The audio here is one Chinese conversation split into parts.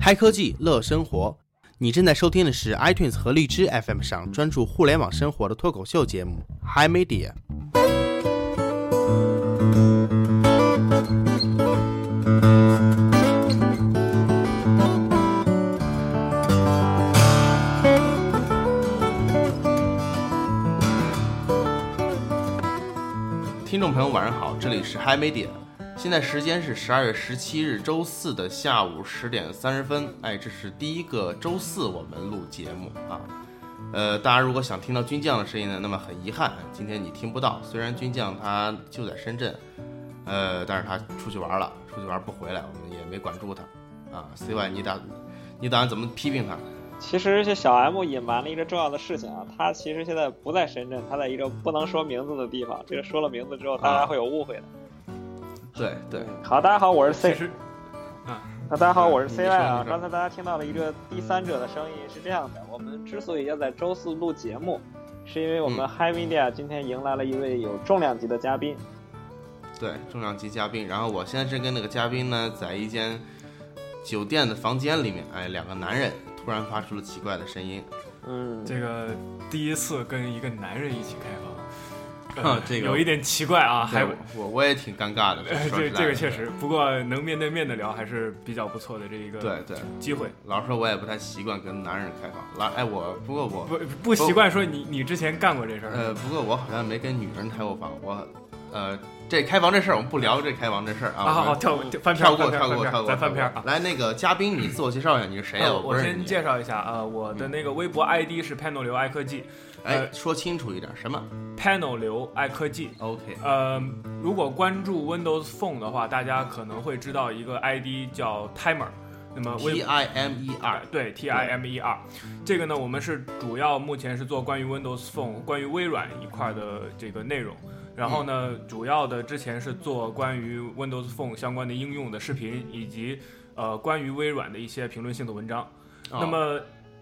嗨科技乐生活，你正在收听的是 iTunes 和荔枝 FM 上专注互联网生活的脱口秀节目《Hi Media》。听众朋友，晚上好，这里是 Hi Media。现在时间是十二月十七日周四的下午十点三十分。哎，这是第一个周四我们录节目啊。呃，大家如果想听到军将的声音呢，那么很遗憾，今天你听不到。虽然军将他就在深圳，呃，但是他出去玩了，出去玩不回来，我们也没管住他。啊，CY，你打你打算怎么批评他？其实这小 M 隐瞒了一个重要的事情啊，他其实现在不在深圳，他在一个不能说名字的地方。这个说了名字之后，大家会有误会的。对啊对，好，大家好，我是其 C，实那大家好，我是你 CY 说你。啊说刚才大家听到了一个第三者的声音，是这样的，我们之所以要在周四录节目，是因为我们嗯 Hi Media 今天迎来了一位有重量级的嘉宾，对，重量级嘉宾。然后我现在正跟那个嘉宾呢，在一间酒店的房间里面，哎，两个男人突然发出了奇怪的声音。嗯，这个第一次跟一个男人一起开房，呃啊这个有一点奇怪啊，还对我我也挺尴尬的，呃说实 这在这个的确实，不过能面对面的聊还是比较不错的这一个对对。机会。老实说，我也不太习惯跟男人开房。来，哎，我不过我不不习惯说你你之前干过这事儿，呃，不过我好像没跟女人开过房。我呃，这开房这事儿我们不聊，这开房这事儿啊。啊，好好我们跳跳翻篇跳儿，过，翻篇跳儿过，跳翻篇儿过。咱翻篇儿跳啊过。来，那个嘉宾，你自我介绍一下，你是谁呀？呃不我认识先你。嗯介绍一下啊，呃我的那个微博 ID 是 panel 流爱科技哎，呃说清楚一点，什么，panel 流爱科技。 ？OK，呃，如果关注 Windows Phone 的话，大家可能会知道一个 ID 叫 Timer。那么微 T I M E R，对 T I M E R，这个呢，我们是主要目前是做关于 Windows Phone、关于微软一块儿的这个内容。然后呢，嗯主要的之前是做关于 Windows Phone 相关的应用的视频，以及呃关于微软的一些评论性的文章。哦那么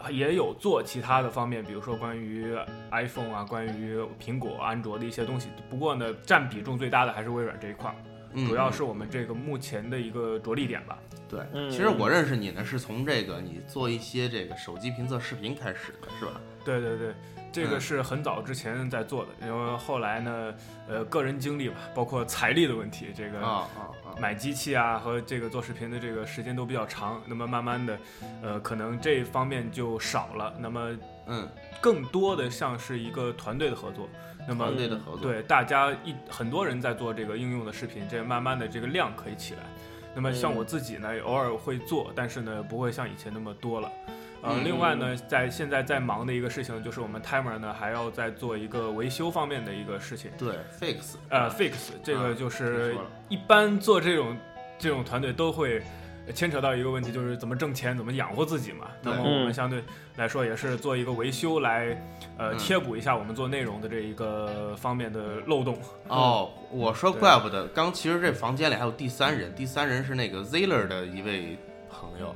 也有做其他的方面，比如说关于 iPhone 啊，关于苹果、安卓的一些东西。不过呢，占比重最大的还是微软这一块儿，嗯主要嗯是我们这个目前的一个着力点吧。对。嗯其实我认识你呢，是从这个你做一些这个手机评测视频开始的，是吧？对对对，这嗯个是很早之前在做的，因为后来呢，呃，个人经历吧，包括财力的问题，这个啊啊啊！买机器啊和这个做视频的这个时间都比较长，那么慢慢的，呃，可能这方面就少了，那么嗯，更多的像是一个团队的合作，那么团队的合作。对，大家一很多人在做这个应用的视频，这慢慢的这个量可以起来。那么像嗯我自己呢，偶尔会做，但是呢，不会像以前那么多了。呃，嗯另外呢，在现在在忙的一个事情就是我们 timer 呢还要再做一个维修方面的一个事情。对，fix。呃，fix 这啊个就听是说了一般做这种这种团队都会呃牵扯到一个问题，就是怎么挣钱，怎么养活自己嘛。那对么我们相对来说也是做一个维修来，呃，嗯贴补一下我们做内容的这一个方面的漏洞。哦，我说怪不得，刚其实这房间里还有第三嗯人，第三人是那个 Ziller 的一位朋友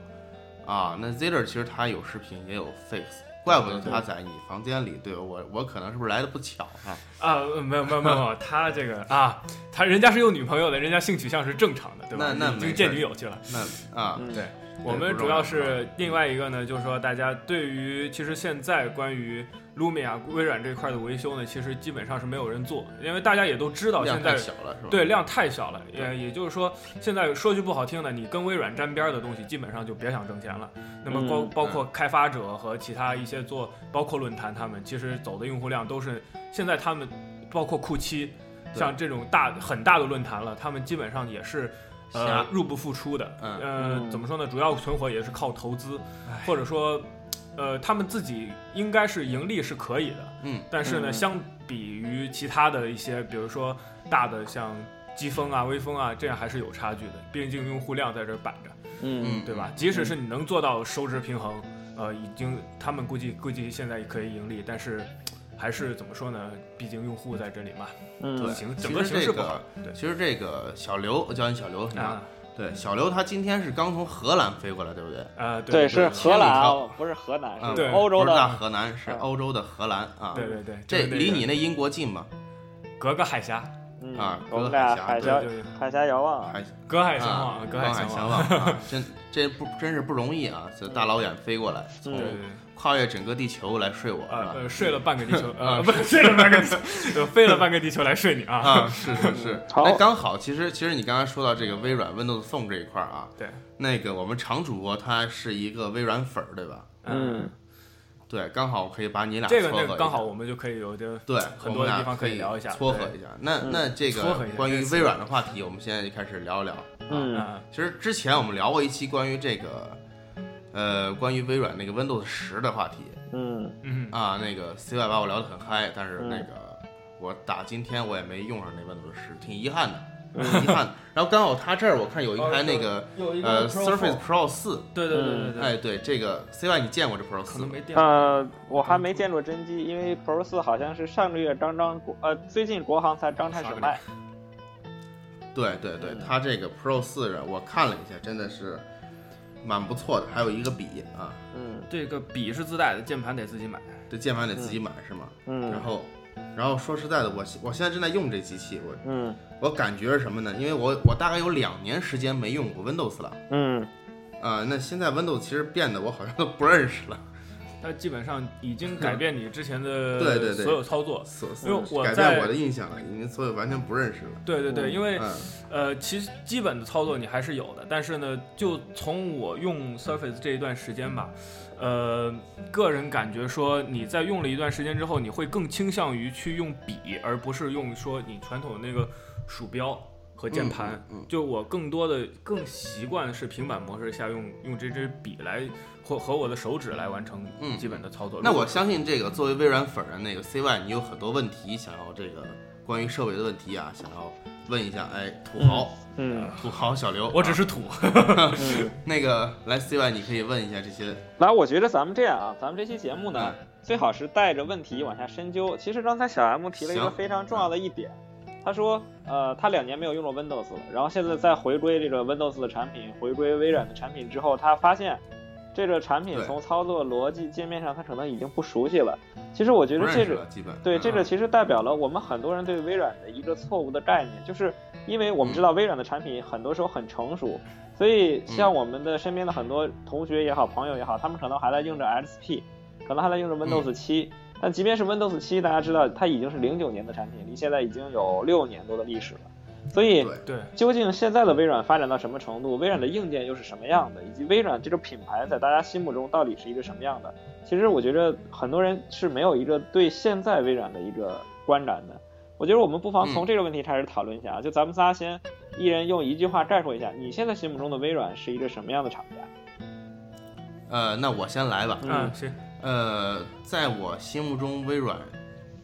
啊。那 Ziller 其实他有视频也有 fix，怪不得他在你房间里。对我，我可能是不是来的不巧啊？啊，呃没有没有没有没 有，他这个啊，他人家是有女朋友的，人家性取向是正常的，对吧？那那已没经事见女友去了。那啊，嗯对我们主要是另外一个呢，就是说大家对于其实现在关于 Lumia 微软这块的维修呢，其实基本上是没有人做，因为大家也都知道量现太在小了，是吧？对量太小了，也也就是说现在说句不好听的，你跟微软沾边儿的东西基本上就别想挣钱了。那么包嗯包括开发者和其他一些做，包括论坛他们，其实走的用户量都是现在他们包括库七，对像这种大很大的论坛了，他们基本上也是。瞎呃，入不敷出的，嗯呃，嗯怎么说呢？主要存活也是靠投资唉，或者说，呃，他们自己应该是盈利是可以的，嗯，但是呢，嗯相比于其他的一些，比如说大的像机风啊、微风啊，这样还是有差距的，毕竟用户量在这儿摆着，嗯嗯对吧？即使是你能做到收支平衡，呃，已经他们估计估计现在也可以盈利，但是。还是怎么说呢？毕竟用户在这里嘛，对嗯形其整个实形这势不个好。对嗯其实这个小刘，我叫你小刘是吧啊？，对，小刘他今天是刚从荷兰飞过来，对不对？呃，对，对是荷千兰里啊，不是河南，啊，是对欧洲不是大的，河南，是嗯欧洲的荷兰啊。对对对，这就是那离个你那英国近吗？隔个海峡，嗯，啊我们隔俩海海峡峡对对对海峡遥望啊，还隔海相望啊啊，，隔隔海海相相望。望 啊，真这不真是不容易啊！这大老远飞过来，从嗯对对对，跨越整个地球来睡我，哦是呃吧？呃，睡了半个地 球，啊呃，不是睡了半个 地球，呃飞了半个地球来睡你啊。啊，是是是，好那刚好，其实其实你刚刚说到这个微软 Windows Phone 这一块儿啊，对，那个我们常主播他是一个微软粉儿，对吧？嗯，对，刚好可以把你俩这撮个合那一下个刚好我们就可以有的对，我很多们的俩地方可可以聊一下撮合对一下。那嗯那这撮合个一下关于这个微软的话题，我们现在就开始聊一聊。嗯嗯其实之前我们聊过一期关于这个，呃，关于微软那个 Windows 十的话题嗯嗯啊，那个 C Y 八我聊得很嗨，但是嗯那个我打今天我也没用上那 Windows 十，挺遗憾的，嗯挺遗憾的。然后刚好他这儿我看有一哦台那个有一呃个 Surface Pro 四，对对对对嗯对，哎，对，这个 C Y 你见过这 Pro 可四能吗？没电。呃，我还没见过真机，因为 Pro 四好像是上个月张张国呃最近国行才张开始卖，对对对嗯，它这个 Pro 四我看了一下，真的是蛮不错的，还有一个笔啊，嗯这个笔是自带的，键盘得自己买。这键盘得嗯自己买是吗？然嗯后，然后说实在的，我我现在正在用这机器，我嗯我感觉是什么呢？因为我我大概有两年时间没用过 Windows 了，嗯啊、那现在 Windows 其实变得我好像都不认识了，它基本上已 经改变你之前的对对对所有操作。所因为我改在变我的印象了，已经所以完全不认识了。对对对，嗯因为嗯，呃，其实基本的操作你还是有的，但是呢，就从我用 Surface 这一段时间吧，呃，个人感觉说你在用了一段时间之后，你会更倾向于去用笔，而不是用说你传统的那个鼠标和键盘。嗯，嗯就我更多的更习惯是平板模式下用用这支笔来或和我的手指来完成嗯基本的操作。那我相信这个作为微软粉儿的那个 CY，你有很多问题想要这个关于设备的问题啊，想要问一下，哎，土豪、嗯土豪小刘，啊我 只是土，嗯。那个来 CY，你可以问一下这些，那我觉得咱们这样啊，咱们这期节目呢，嗯最好是带着问题往下深究。其实刚才小 M 提了一个行非常重要的一点，他说，呃，他两年没有用过 Windows 了，然后现在在回归这个 Windows 的产品，回归微软的产品之后，他发现这个产品对从操作逻辑、界面上，他可能已经不熟悉了。其实我觉不得认这识个了，基本对，嗯这个其实代表了我们很多人对微软的一个错误的概念，就是因为我们知嗯道微软的产品很多时候很成熟，所以像我们的身边的很多同学也好、朋友也好，他们可能还在用着 XP，可能还在嗯用着 Windows 七、但即便是 Windows 七，大家知道它已经是零九年的产品，离现在已经有六年多的历史了，所以。对对究竟现在的微软发展到什么程度，微软的硬件又是什么样的，以及微软这个品牌在大家心目中到底是一个什么样的？其实我觉得很多人是没有一个对现在微软的一个观感的。我觉得我们不妨嗯从这个问题开始讨论一下啊，就咱们仨先一人用一句话概括一下，你现在心目中的微软是一个什么样的厂家？呃，那我先来吧。嗯嗯，行，呃，在我心目中，微软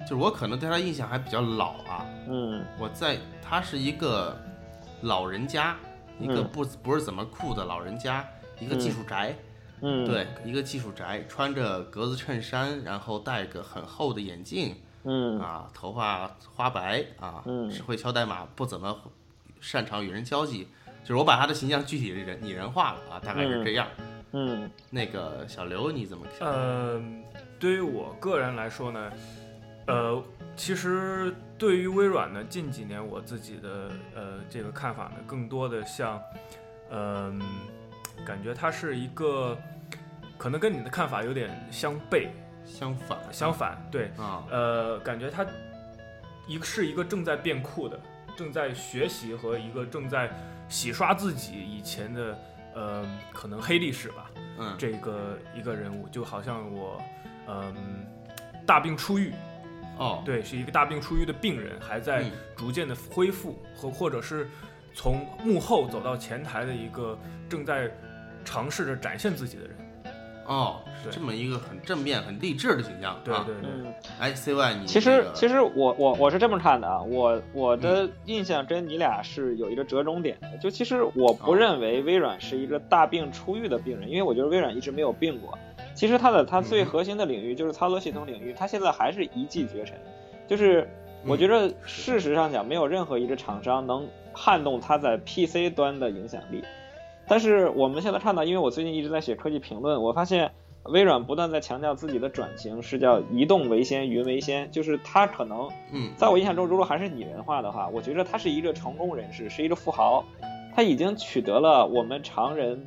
就是我可能对他印象还比较老啊。嗯我在他是一个老人家，一个嗯不不是怎么酷的老人家，一个技术宅，嗯，，对，一个技术宅，穿着格子衬衫，然后戴个很厚的眼镜嗯啊，头发花白啊，嗯只会敲代码，不怎么擅长与人交际。就是我把他的形象具体的人拟人化了啊，大概是这样。嗯那个小刘你怎么想？呃，对于我个人来说呢，呃，其实对于微软呢，近几年我自己的呃这个看法呢，更多的像，嗯、感觉它是一个，可能跟你的看法有点相悖相反相反，对，啊，呃，感觉它一个是一个正在变酷的，正在学习和一个正在洗刷自己以前的呃可能黑历史吧，嗯，这个一个人物，就好像我，嗯，大病初愈，哦，对，是一个大病初愈的病人，还在嗯逐渐的恢复和或者是从幕后走到前台的一个正在尝试着展现自己的人。哦，是对这么一个很正面、很励志的形象。对啊、对对，嗯。哎，C Y，你其实这个嗯其实我我我是这么看的啊，我我的印象跟你俩是有一个折中点的。就其实我不哦认为微软是一个大病初愈的病人，因为我觉得微软一直没有病过。其实它的它最嗯核心的领域就是操作系统领域，它现在还是一骑绝尘。就是嗯我觉得事实上讲，没有任何一个厂商能撼动它在 PC 端的影响力。但是我们现在看到，因为我最近一直在写科技评论，我发现微软不断在强调自己的转型是叫移动为先，云为先，就是它可能嗯在我印象中，如果还是拟人化的话，我觉着他是一个成功人士，是一个富豪，他已经取得了我们常人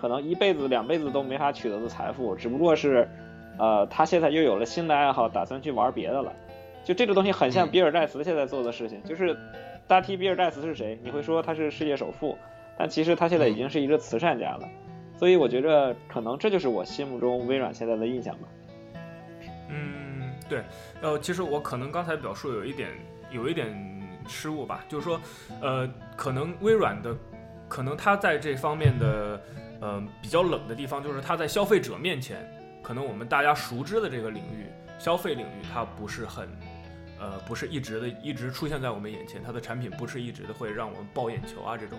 可能一辈子、两辈子都没法取得的财富，只不过是，呃，他现在又有了新的爱好，打算去玩别的了。就这个东西很像嗯比尔盖茨现在做的事情，就是大家提比尔盖茨是谁，你会说他是世界首富，但其实他现在已经是一个慈善家了。所以我觉着，可能这就是我心目中微软现在的印象吧。嗯，对，呃，其实我可能刚才表述有一点有一点失误吧，就是说，呃，可能微软的，可能它在这方面的，呃，比较冷的地方就是它在消费者面前，可能我们大家熟知的这个领域，消费领域它不是很。呃，不是一直的，一直出现在我们眼前，它的产品不是一直的会让我们爆眼球啊这种，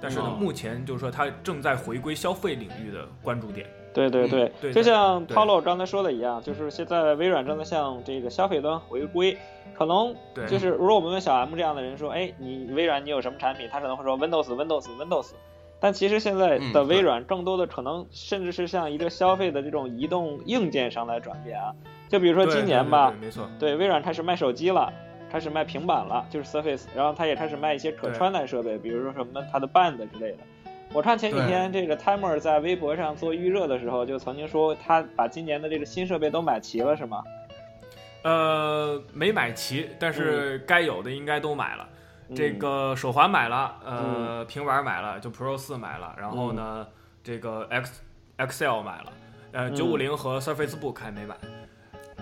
但是呢，哦嗯目前就是说它正在回归消费领域的关注点。对对嗯对，对就的像对 Paulo 刚才说的一样，就是现在微软正在向这个消费端回归。可能对，就是如果我们问小 M 这样的人说，哎，你微软你有什么产品？他可能会说 Windows Windows Windows。但其实现在嗯的对微软更多的可能甚至是向一个消费的这种移动硬件上来转变啊。就比如说对今对年对吧，对没错，对，微软开始卖手机了，开始卖平板了，就是 Surface，然后它也开始卖一些可穿戴设备，比如说什么它的 Band 之类的。我看前几对天这个 Timer 在微博上做预热的时候，就曾经说他把今年的这个新设备都买齐了，是吗？呃，没买齐，但是该有的应该都买了。嗯这个手环买了，呃，平板买了，就 Pro 四买了，然后呢，这个 X Excel 买了，呃，嗯九五零和 Surface Book 还没买。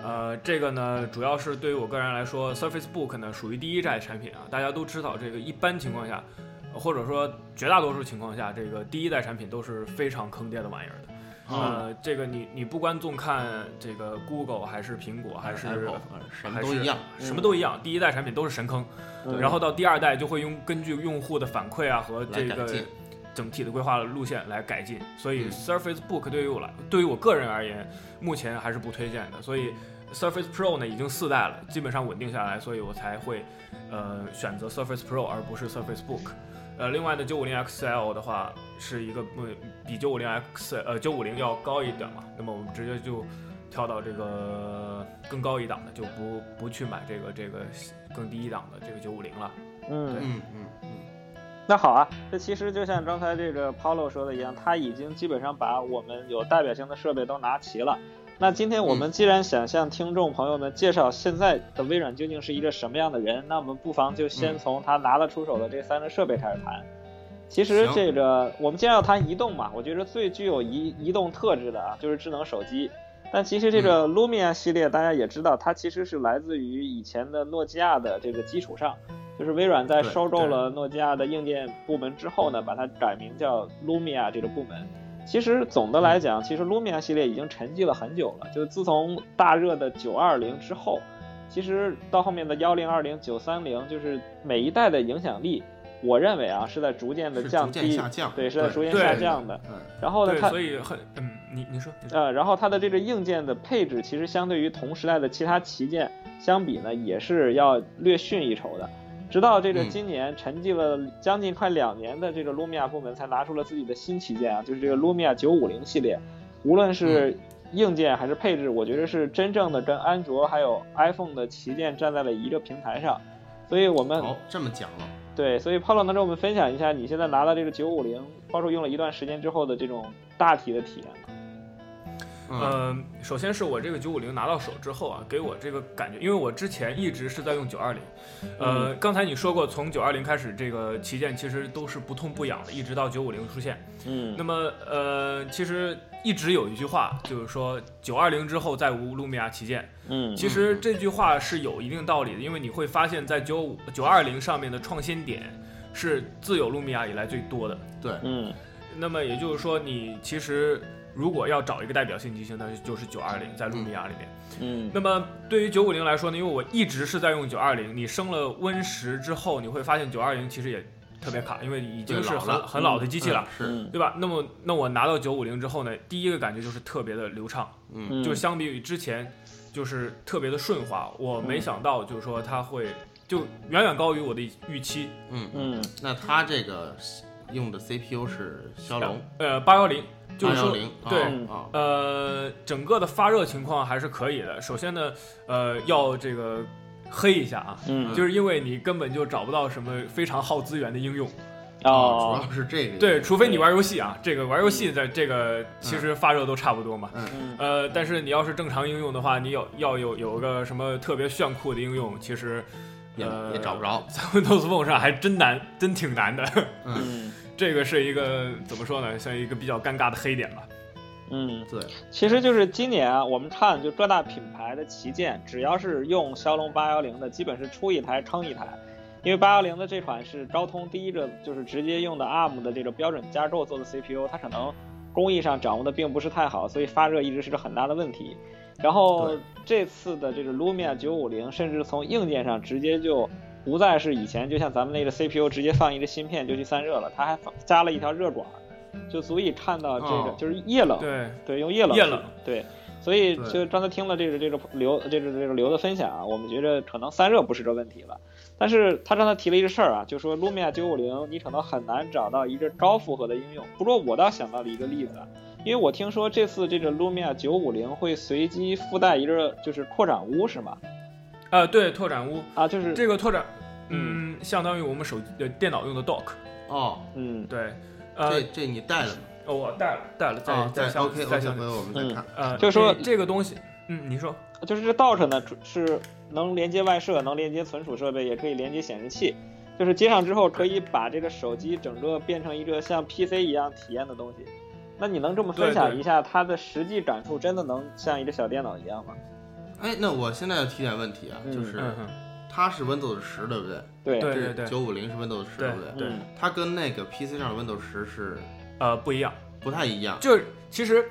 呃，这个呢，主要是对于我个人来说，Surface Book 呢属于第一代产品啊，大家都知道，这个一般情况下，或者说绝大多数情况下，这个第一代产品都是非常坑爹的玩意儿的。啊，呃，这个你你不观纵看这个 Google 还是苹果还是 Apple 什么都一样，嗯什么都一样，第一代产品都是神坑，嗯然后到第二代就会用根据用户的反馈啊和来这改个进。整体的规划路线来改进。所以嗯 Surface Book 对于我来，对于我个人而言，目前还是不推荐的。所以 Surface Pro 呢已经四代了，基本上稳定下来，所以我才会呃选择 Surface Pro 而不是 Surface Book。呃，另外呢，九五零 XL 的话是一个不比九五零 X 呃九五零要高一点嘛，那么我们直接就跳到这个更高一档的，就不不去买这个这个更低一档的这个九五零了。嗯，嗯嗯嗯，那好啊，这其实就像刚才这个 Paulo 说的一样，他已经基本上把我们有代表性的设备都拿齐了。那今天我们既然想向听众朋友们介绍现在的微软究竟是一个什么样的人，那我们不妨就先从他拿得出手的这三个设备开始谈。其实行这个我们既然要谈移动嘛，我觉得最具有移移动特质的啊，就是智能手机。但其实这个 Lumia 系列，大家也知道，它其实是来自于以前的诺基亚的这个基础上，就是微软在对收购对了诺基亚的硬件部门之后呢，把它改名叫 Lumia 这个部门。其实总的来讲，其实 Lumia 系列已经沉寂了很久了，就是自从大热的920之后，其实到后面的1020、930，就是每一代的影响力，我认为啊是在逐渐的是降逐渐低，下降，对，是在逐渐对下降的。嗯然后呢，对，它所以很嗯，你你说你说，呃，然后它的这个硬件的配置，其实相对于同时代的其他旗舰相比呢，也是要略逊一筹的。直到这个嗯今年沉寂了将近快两年的这个 Lumia 部门，才拿出了自己的新旗舰啊，就是这个 Lumia 950系列。无论嗯是硬件还是配置，我觉得是真正的跟安卓还有 iPhone 的旗舰站在了一个平台上。所以我们好，这么讲了，对，所以 Paulo 能跟我们分享一下你现在拿到这个950，包括用了一段时间之后的这种大体的体验吗？嗯呃，首先是我这个九五零拿到手之后啊，给我这个感觉，因为我之前一直是在用九二零，呃，刚才你说过，从九二零开始，这个旗舰其实都是不痛不痒的，一直到九五零出现。嗯那么，呃，其实一直有一句话，就是说九二零之后再无路米亚旗舰。嗯其实这句话是有一定道理的，因为你会发现在九五九二零上面的创新点是自有路米亚以来最多的。对，嗯那么也就是说，你其实如果要找一个代表性机型，那就是九二零在路米亚里面。嗯那么对于九五零来说呢，因为我一直是在用九二零，你升了 Win 十之后，你会发现九二零其实也特别卡，因为已经对是老很了嗯很老的机器了，是，嗯对吧？那么那我拿到九五零之后呢，第一个感觉就是特别的流畅，嗯嗯，就相比于之前，就是特别的顺滑。我没嗯想到就是说它会就远远高于我的预期，嗯，嗯那它这个用的 CPU 是骁龙，呃八幺零。就是幺说零，对嗯啊，呃，整个的发热情况还是可以的。首先呢，呃，要这个黑一下啊，嗯就是因为你根本就找不到什么非常耗资源的应用。哦，哦主要是这个，对，，除非你玩游戏啊，这个玩游嗯戏的这个其实发热都差不多嘛。嗯呃，但是你要是正常应用的话，你有要有有个什么特别炫酷的应用，其实也呃也找不着，在 Windows Phone 上还真难，真挺难的。 嗯这个是一个怎么说呢，像一个比较尴尬的黑点吧。嗯，对，其实就是今年啊，我们看就各大品牌的旗舰，只要是用骁龙八幺零的，基本是出一台撑一台。因为八幺零的这款是高通第一个，就是直接用的 ARM 的这个标准架构做的 CPU，它可能工艺上掌握的并不是太好，所以发热一直是个很大的问题。然后对这次的这个 Lumia 九五零，甚至从硬件上直接就不再是以前就像咱们那个 CPU 直接放一个芯片就去散热了，它还放加了一条热管儿，就足以看到这个、哦就是液冷。对，对，用液冷液去冷对，所以对就刚才听了这个这个刘这个这个刘的分享啊，我们觉得可能散热不是个问题了，但是他刚才提了一个事儿啊，就说 Lumia 九五零你可能很难找到一个高负荷的应用，不过我倒想到了一个例子啊，因为我听说这次这个 Lumia 九五零会随机附带一个就是扩展坞是吗？呃，对，拓展坞啊，就是这个拓展，嗯，相当于我们手机呃电脑用的 dock。哦，嗯对，呃这，这你带了吗？哦我带了，带了，在哦，在箱子 OK 在 OK，箱回子。头我们嗯再看，呃，就是说这这个东西，嗯，你说，就是这 dock 呢是能连接外设，能连接存储设备，也可以连接显示器。就是接上之后，可以把这个手机整个变成一个像 PC 一样体验的东西。那你能这么分享一下它的实际感触？真的能像一个小电脑一样吗？哎，那我现在要提点问题啊，嗯就是嗯哼，它是 Windows 十，对不对？对对这对对，九五零是 Windows 十，对不对？对嗯它跟那个 PC 上的 Windows 十是呃，不一样，不太一样。就是其实。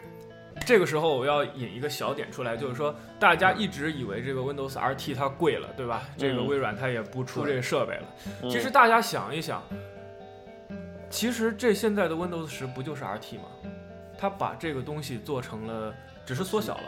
这个时候我要引一个小点出来，就是说大家一直以为这个 Windows RT 它贵了，对吧？这个嗯微软它也不出这个设备了。嗯其实大家想一想，其实这现在的 Windows 十不就是 RT 吗？它把这个东西做成了，只是缩小了。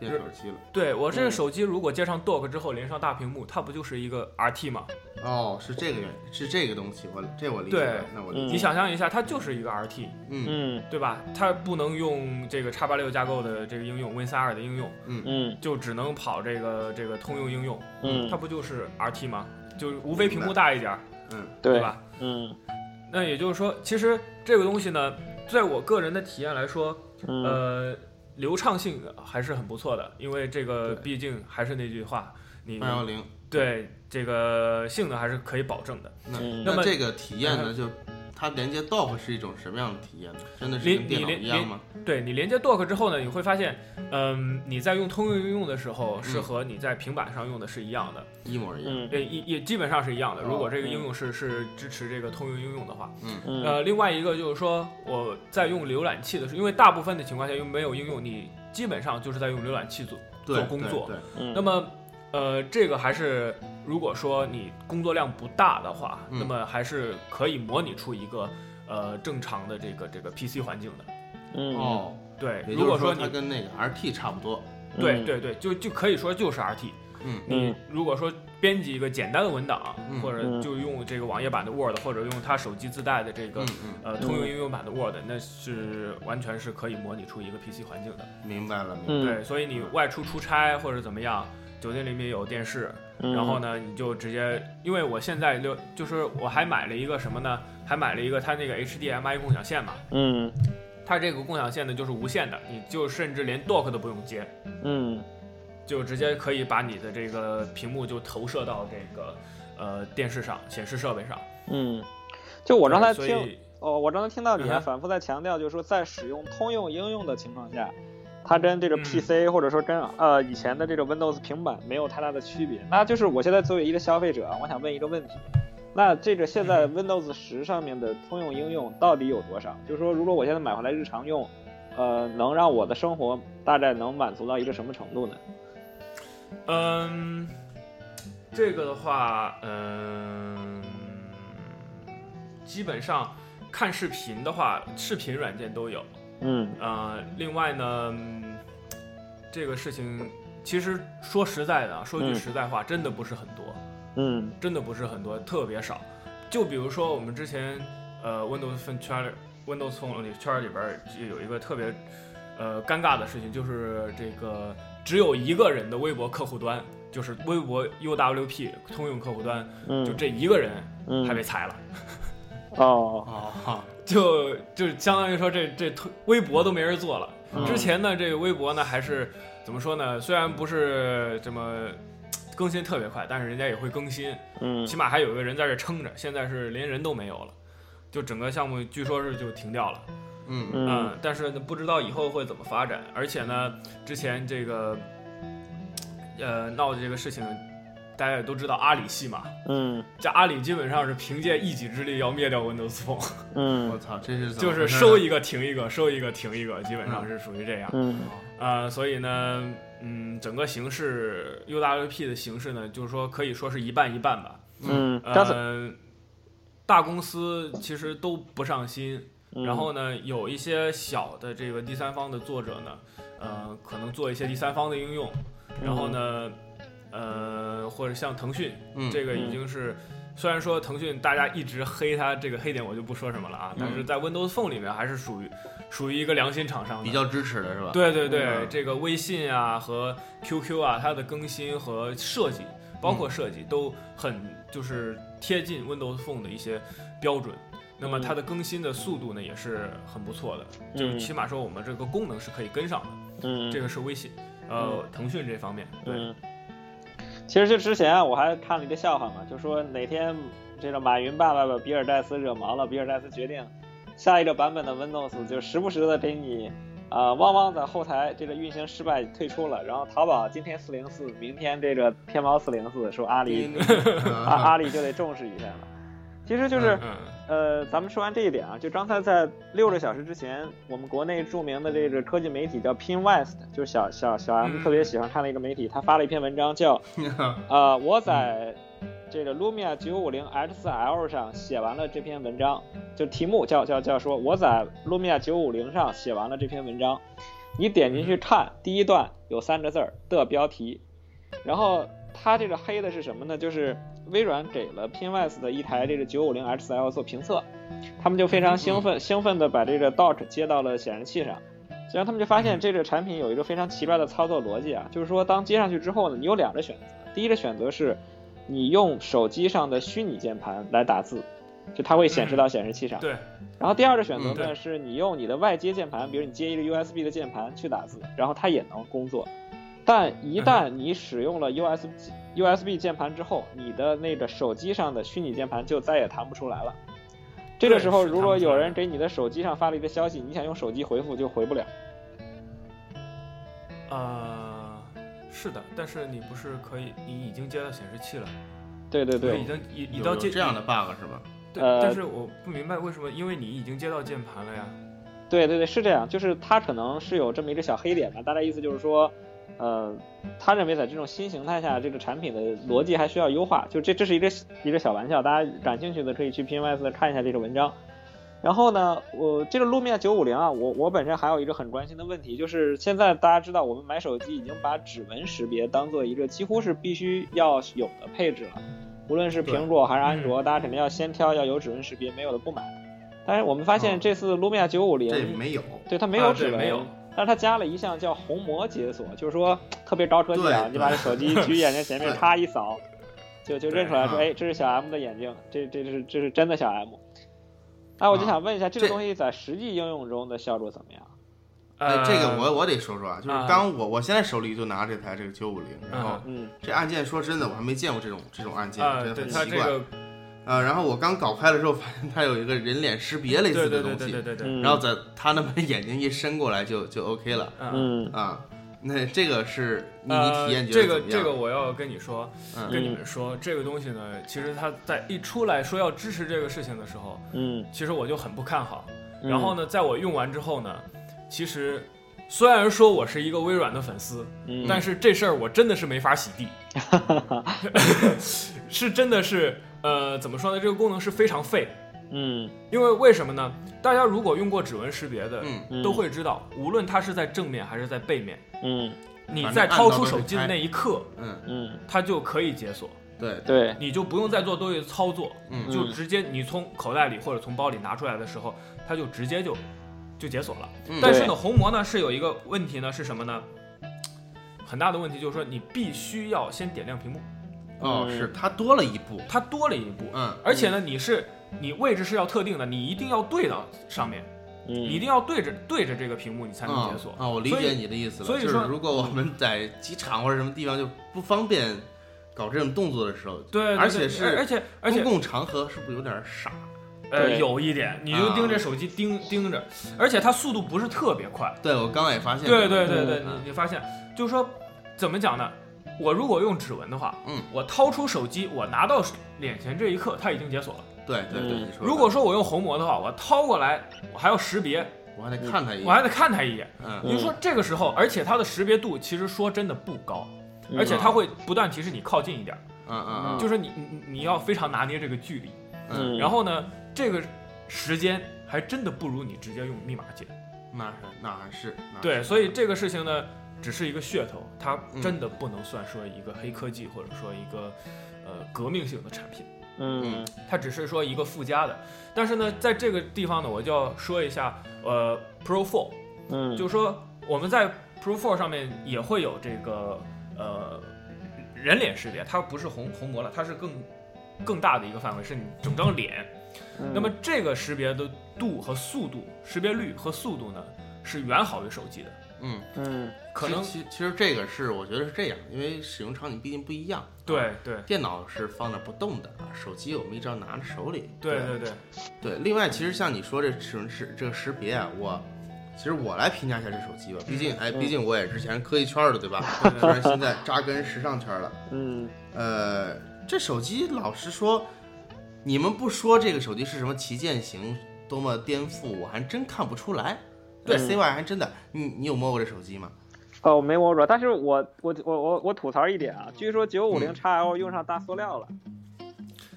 变手机了。对我这嗯个手机如果接上 dock 之后连上大屏幕，它不就是一个 RT 吗？哦，是这个原因，是这个东西，我这我理解了对，那我理解。嗯你想象一下，它就是一个 RT，嗯嗯对吧？它不能用这个叉八六架构的这个应用 Win 三二的应用，嗯就只能跑这个这个通用应用，它嗯，不就是 RT 吗？就是无非屏幕大一点儿，嗯，对对？吧？嗯那也就是说，其实这个东西呢，在我个人的体验来说，嗯呃，流畅性还是很不错的，因为这个毕竟还是那句话，你嗯八幺零。嗯对这个性能还是可以保证的。那嗯那么嗯这个体验呢，就它连接 dock 是一种什么样的体验呢？真的是跟你电脑你连一样吗？对你连接 dock 之后呢，你会发现，嗯，你在用通用应用的时候，是嗯和你在平板上用的是一样的，一模一样。嗯也也也基本上是一样的。哦如果这个应用是是支持这个通用应用的话，嗯呃，另外一个就是说我在用浏览器的时候，因为大部分的情况下又没有应用，你基本上就是在用浏览器做对做工作。对，嗯，那么，呃，这个还是如果说你工作量不大的话，嗯那么还是可以模拟出一个呃正常的这个这个 PC 环境的。对嗯哦，对，也如就果是说说它你跟那个 RT 差不多。对对对，就就可以说就是 RT。嗯你嗯如果说编辑一个简单的文档，嗯或者嗯就用这个网页版的 Word，或者用它手机自带的这个嗯。嗯，呃，通用应用版的 Word，那是完全是可以模拟出一个 PC 环境的。明白了，明白了。嗯对，所以你外出出差或者怎么样，酒店里面有电视，嗯，然后呢，你就直接，因为我现在就就是我还买了一个什么呢？还买了一个它那个 HDMI 共享线嘛，嗯它这个共享线呢就是无线的，你就甚至连 dock 都不用接，嗯就直接可以把你的这个屏幕就投射到这个呃电视上、显示设备上。嗯，就我刚才对听所。以哦，我刚才听到你嗯还哼反复在强调，就是说在使用通用应用的情况下，它跟这个嗯 PC 或者说跟呃以前的这个 Windows 平板没有太大的区别。那就是我现在作为一个消费者，我想问一个问题。那这个现嗯在 Windows 十上面的通用应用到底有多少？就是说，如果我现在买回来日常用，呃，能让我的生活大概能满足到一个什么程度呢？嗯，这个的话，嗯，基本上看视频的话，视频软件都有。嗯呃，另外呢，嗯这个事情其实说实在的啊，说句嗯实在话，真的不是很多，嗯真的不是很多，特别少。就比如说我们之前呃 Windows Phone Trailer Windows Phone 里圈里边儿就有一个特别呃尴尬的事情，就是这个只有一个人的微博客户端，就是微博 UWP 通用客户端，嗯，就这一个人嗯还被裁了。哦，哦，哈就就相当于说这这推微博都没人做了。嗯之前呢，这个微博呢还是怎么说呢？虽然不是这么更新特别快，但是人家也会更新，嗯起码还有一个人在这撑着。现在是连人都没有了，就整个项目据说是就停掉了。嗯嗯嗯，但是呢不知道以后会怎么发展。而且呢，之前这个呃闹的这个事情，大家也都知道阿里系嘛，嗯这阿里基本上是凭借一己之力要灭掉 Windows Phone。我嗯操，这是怎么就回是事呢收一个停一个，收一个停一个，基本上是属于这样。嗯呃，所以呢，嗯，整个形式 UWP 的形式呢，就是说可以说是一半一半吧。嗯，刚才呃，大公司其实都不上心，嗯然后呢，有一些小的这个第三方的作者呢，呃，可能做一些第三方的应用，嗯然后呢，呃，或者像腾讯，嗯这个已经是，虽然说腾讯大家一直黑它这个黑点，我就不说什么了啊，但嗯是在 Windows Phone 里面还是属于属于一个良心厂商的比较支持的是吧？， 对对对，嗯这个微信啊和 QQ 啊，它的更新和设计，包嗯括设计都很就是贴近 Windows Phone 的一些标准。那嗯么它的更新的速度呢也是很不错的，就是嗯起码说我们这个功能是可以跟上的。嗯这个是微信，呃，嗯腾讯这方面，对，嗯，其实就之前啊我还看了一个笑话嘛，就说哪天这个马云爸爸把比尔盖茨惹毛了，比尔盖茨决定下一个版本的 Windows 就时不时的给你啊、呃汪汪在后台这个运行失败退出了，然后淘宝今天四零四，明天这个天猫四零四，说阿里阿啊阿里就得重视一下了。其实就是嗯嗯呃，咱们说完这一点啊，就刚才在六个小时之前，我们国内著名的这个科技媒体叫 PinWest，就是小小小 M 嗯特别喜欢看的一个媒体，他发了一篇文章叫呃，我在这个 Lumia 950 X4L 上写完了这篇文章，就题目叫叫叫说我在 Lumia 950上写完了这篇文章。你点进去看，第一段有三个字儿的标题，然后它这个黑的是什么呢？就是微软给了 PinWise 的一台这个 950XL 做评测，他们就非常兴奋，兴奋的把这个 Dot 接到了显示器上。然后他们就发现这个产品有一个非常奇怪的操作逻辑啊，就是说当接上去之后呢，你有两个选择，第一个选择是你用手机上的虚拟键盘来打字，就它会显示到显示器上。对，然后第二个选择嗯呢，对是你用你的外接键盘，比如你接一个 USB 的键盘去打字，然后它也能工作。但嗯一旦你使用了 USB USB 键盘之后，你的那个手机上的虚拟键盘就再也弹不出来了。这个时候，对是如果弹不出来有人给你的手机上发了一个消息，你想用手机回复就回不了。呃，是的，但是你不是可以，你已经接到显示器了，对对对已，经已已有到有接这样的 bug 是吧？对，呃但是我不明白为什么，因为你已经接到键盘了呀。对对对，是这样，就是他可能是有这么一个小黑点吧，大概意思就是说，呃，他认为在这种新形态下，这个产品的逻辑还需要优化。就这，这是一个一个小玩笑，大家感兴趣的可以去 PMS 的看一下这个文章。然后呢，我这个路面九五零啊，我我本身还有一个很关心的问题，就是现在大家知道，我们买手机已经把指纹识别当做一个几乎是必须要有的配置了，无论是苹果还是安卓，大家肯定要先挑要有指纹识别，没有的不买。但是我们发现嗯这次路面九五零这没有，对，它没啊有对指纹，没有但是它加了一项叫虹膜解锁，就是说特别高科技啊对，你把手机举眼睛前面，对咔一扫，就就认出来说，对啊哎，这是小 M 的眼睛，这这是这是真的小 M。那我哎啊就想问一下，这个这东西在实际应用中的效果怎么样？哎，呃，这个我我得说说啊，就是啊刚我我现在手里就拿这台这个九五零，然后嗯嗯这按键说真的我还没见过这种这种按键，啊，真的对很它奇这怪个，啊。然后我刚搞开了之后，发现它有一个人脸识别类对似对的对东对西对，对对，嗯，然后在他那边 眼睛一伸过来就就 OK 了嗯，嗯啊。那这个是你你体呃，验觉这得个怎么这个样？我要跟你说，嗯跟你们说，这个东西呢，其实它在一出来说要支持这个事情的时候，嗯，其实我就很不看好。嗯然后？呢，在我用完之后呢，其实虽然说我是一个微软的粉丝，嗯，但是这事儿我真的是没法洗地， 是真的是呃，怎么说呢？这个功能是非常废，嗯因为为什么呢？大家如果用过指纹识别的，嗯，嗯都会知道，无论它是在正面还是在背面，嗯你在掏出手机的那一刻，嗯嗯它就可以解锁。对，对，你就不用再做多余的操作，嗯就直接你从口袋里或者从包里拿出来的时候，它就直接就就解锁了。嗯但是呢，红魔呢是有一个问题呢，是什么呢？很大的问题就是说，你必须要先点亮屏幕，哦，嗯是它多了一步，它多了一步，嗯，而且呢，你是你位置是要特定的，你一定要对到上面，你一嗯，定要对着对着这个屏幕，你才能啊解锁。啊，我理所以解你的意思了。所以就说是如果我们在机场或者什么地方就不方便搞这种动作的时候，对，对而且对是而且而公且共场合是不是有点傻？呃对有一点，你就盯着手机盯盯着，而且它速度不是特别快。嗯对，我刚刚也发现这嗯对个问题。对对对对，你你发现就是说怎么讲呢？我如果用指纹的话，嗯，我掏出手机，我拿到眼前这一刻，它已经解锁了。对对对，嗯你说的如果说我用虹膜的话，我掏过来，我还要识别，我还得看他一眼，我还得看它一眼。嗯你就说这个时候，而且它的识别度其实说真的不高，嗯而且它会不断提示你靠近一点，嗯嗯就是你你你要非常拿捏这个距离。嗯嗯，然后呢，这个时间还真的不如你直接用密码解。嗯，那是那还是那对，是所以这个事情呢，只是一个噱头，它真的不能算说一个黑科技，或者说一个呃革命性的产品，嗯它只是说一个附加的。但是呢，在这个地方呢，我就要说一下，呃，Pro Four，嗯，就是说我们在 Pro Four 上面也会有这个呃人脸识别，它不是虹虹膜了，它是更更大的一个范围，是你整张脸。嗯那么这个识别的度和速度，识别率和速度呢，是远好于手机的。嗯，嗯可能其其其实这个是我觉得是这样，因为使用场景毕竟不一样。对对电脑是放那儿不动的，啊，手机我们一直要拿着手里。对对对，对，另外，其实像你说这识识这个识别啊，我其实我来评价一下这手机吧，毕竟哎，嗯毕竟我也之前是科技圈儿的，对吧？对对虽然现在扎根时尚圈儿了，嗯呃，这手机老实说，你们不说这个手机是什么旗舰型，多么颠覆，我还真看不出来。对嗯，CY 还真的，你你有摸过这手机吗？哦，我没摸着，但是我我我我我吐槽一点啊，据说九五嗯零 XL 用上大塑料了，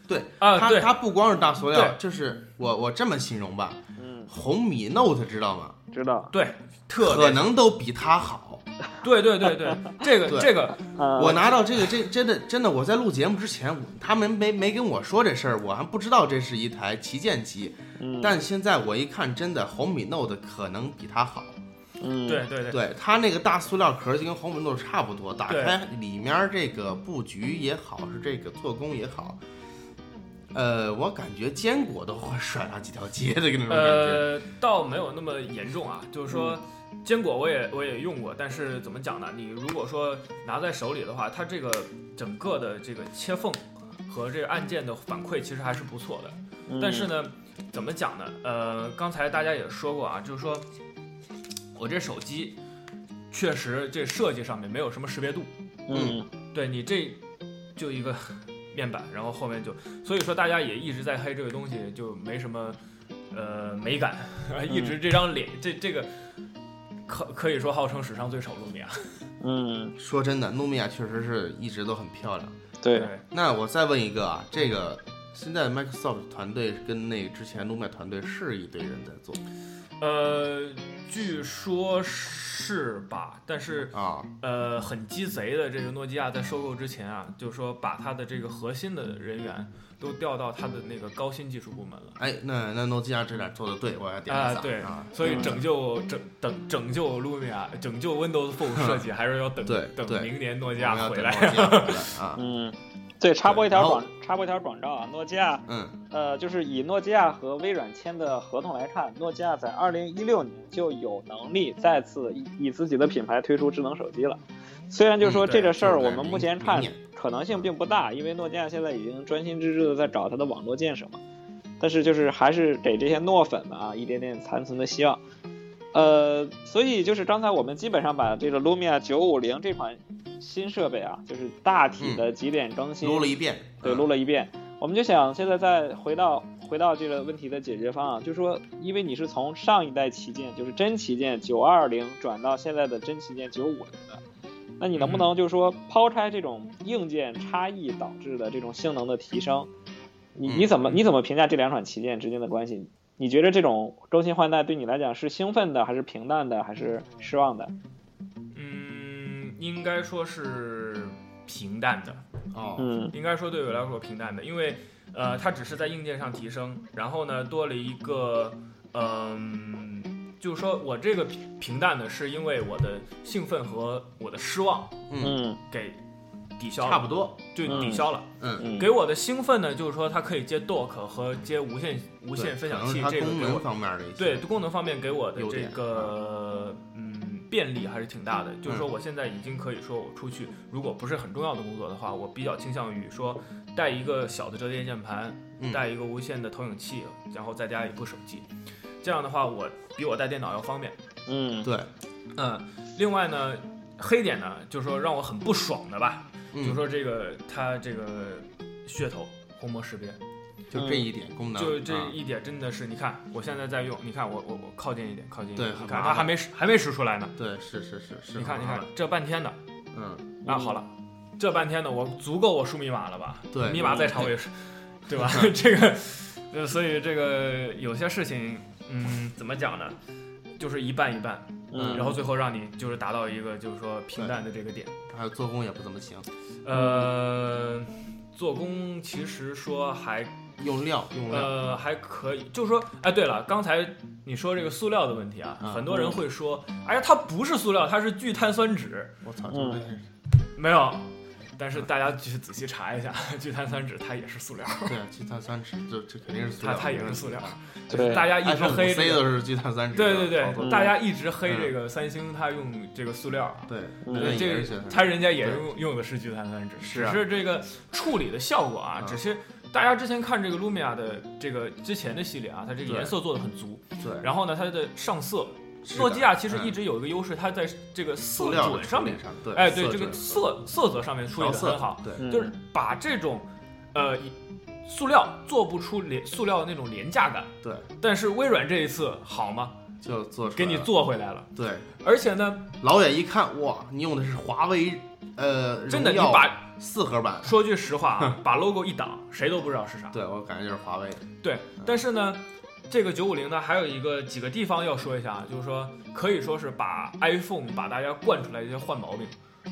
对，啊它对它不光是大塑料，对就是我我这么形容吧，嗯，红米 Note 知道吗？知道，对，特可别能都比它好。啊对对对对，这对个这个嗯我拿到这个，这真的真的，我在录节目之前，我他们没没跟我说这事儿，我还不知道这是一台旗舰机。嗯但现在我一看，真的红米 Note 可能比它好。嗯对对对对它那个大塑料壳就跟红米 Note 差不多，打对开里面这个布局也好，是这个做工也好，呃，我感觉坚果都会甩上几条街的那种感觉。呃，倒没有那么严重啊，就是说。坚果我也我也用过，但是怎么讲呢？你如果说拿在手里的话，它这个整个的这个切缝和这个按键的反馈其实还是不错的。嗯但是呢，怎么讲呢？呃，刚才大家也说过啊，就是说我这手机确实这设计上面没有什么识别度，嗯对你这就一个 面板，然后后面就，所以说大家也一直在黑这个东西，就没什么呃美感， 一直这张脸，这这个可可以说号称史上最丑露面啊。嗯说真的，诺米亚确实是一直都很漂亮。对，那我再问一个啊，这个现在 Microsoft 团队跟那之前诺米亚团队是一堆人在做呃，据说是吧？但是啊，呃，很鸡贼的这个诺基亚在收购之前啊，就说把它的这个核心的人员都调到它的那个高新技术部门了。哎，那那诺基亚这点做的对，我要点个啊赞、对啊。所以拯救拯拯拯救 Lumia，拯救 Windows Phone 设计，还是要等嗯对对等明年诺诺基亚回来。诺基亚回 来啊，嗯，对，插播一条然后广，插播一条广告啊，诺基亚嗯，呃，就是以诺基亚和微软签的合同来看，诺基亚在二零一六年就有能力再次以以自己的品牌推出智能手机了。虽然就是说嗯对这个事儿，就是我在们明目前看明年可能性并不大，因为诺基亚现在已经专心致志的在搞它的网络建设嘛。但是就是还是给这些诺粉们啊一点点残存的希望。呃，所以就是刚才我们基本上把这个 Lumia 950这款新设备啊，就是大嗯体的几点更新，撸了一遍，对，嗯录了一遍。我们就想现在再回到回到这个问题的解决方案，就是说，因为你是从上一代旗舰，就是真旗舰九二零转到现在的真旗舰九五零的，那你能嗯不能就是说抛开这种硬件差异导致的这种性能的提升，你嗯你怎么你怎么评价这两款旗舰之间的关系？你觉得这种更新换代对你来讲是兴奋的，还是平淡的，还是失望的？嗯，应该说是平淡的，哦，嗯应该说对我来说平淡的，因为呃，它只是在硬件上提升，然后呢多了一个嗯、就是说我这个平平淡的是因为我的兴奋和我的失望嗯，嗯给抵消了，差不多，就抵消了。嗯，嗯，给我的兴奋呢，就是说它可以接 dock 和接无线无无线分享器，它这个功给我能方面的一些，对功能方面给我的优这点啊个嗯便利还是挺大的。就嗯是说，我现在已经可以说我出去，如果不是很重要的工作的话，我比较倾向于说带一个小的折叠键盘，嗯带一个无线的投影器，然后再加一部手机。这样的话，我比我带电脑要方便。嗯对，嗯，另外呢，黑点呢，就是说让我很不爽的吧，嗯就是说这个它这个噱头虹膜识别。就这一点功能，嗯就这啊一点真的是，你看我现在在用，你看我我我靠近一点，靠近一点，对你很麻看它烦还没使还没使出来呢，对，是是是是，你看你看好了这半天的嗯，啊，好了，这半天的我足够我输密码了吧？对，嗯密码再长我 也是，对吧？ 这个，呃，所以这个有些事情，嗯，怎么讲呢？就是一半一半，嗯然后最后让你就是达到一个就是说平淡的这个点。还有做工也不怎么行，呃，做工其实说还用料用料，呃，还可以，就是说，哎，对了，刚才你说这个塑料的问题啊，嗯很多人会说，哎呀，它不是塑料，它是聚碳酸酯，我操，就嗯这是没有。但是大家去仔细查一下， 聚碳酸酯它也是塑料，对，啊聚碳酸酯，这这肯定是塑它料，它也是塑料。对大家一爱直上黑这 C 个，都是聚碳酸酯的对操作，对对，嗯大家一直黑这个三星，它用这个塑料啊，对，嗯人家这也个是觉得它人家也用用的是聚碳酸酯，是只啊是这个处理的效果啊嗯，只是大家之前看这个 Lumia 的这个之前的系列啊，它这个对颜色做的很足，对，然后呢，它的上色，是的诺基亚其实一嗯直有一个优势，它在这个色塑料的准上面处，理上，对，哎，对，这准个色色泽上面处理调的色很好，，对，嗯就是把这种，呃，以塑料做不出廉塑料的那种廉价感，对，但是微软这一次好吗？就做出来给你了，做回来了，对，而且呢，老远一看，哇，你用的是华为，呃，真的荣你耀把四核版，说句实话啊，把 logo 一挡，谁都不知道是啥。对我感觉就是华为，对，但是呢，这个九五零呢，还有一个几个地方要说一下啊，就是说可以说是把 iPhone 把大家惯出来的一些坏毛病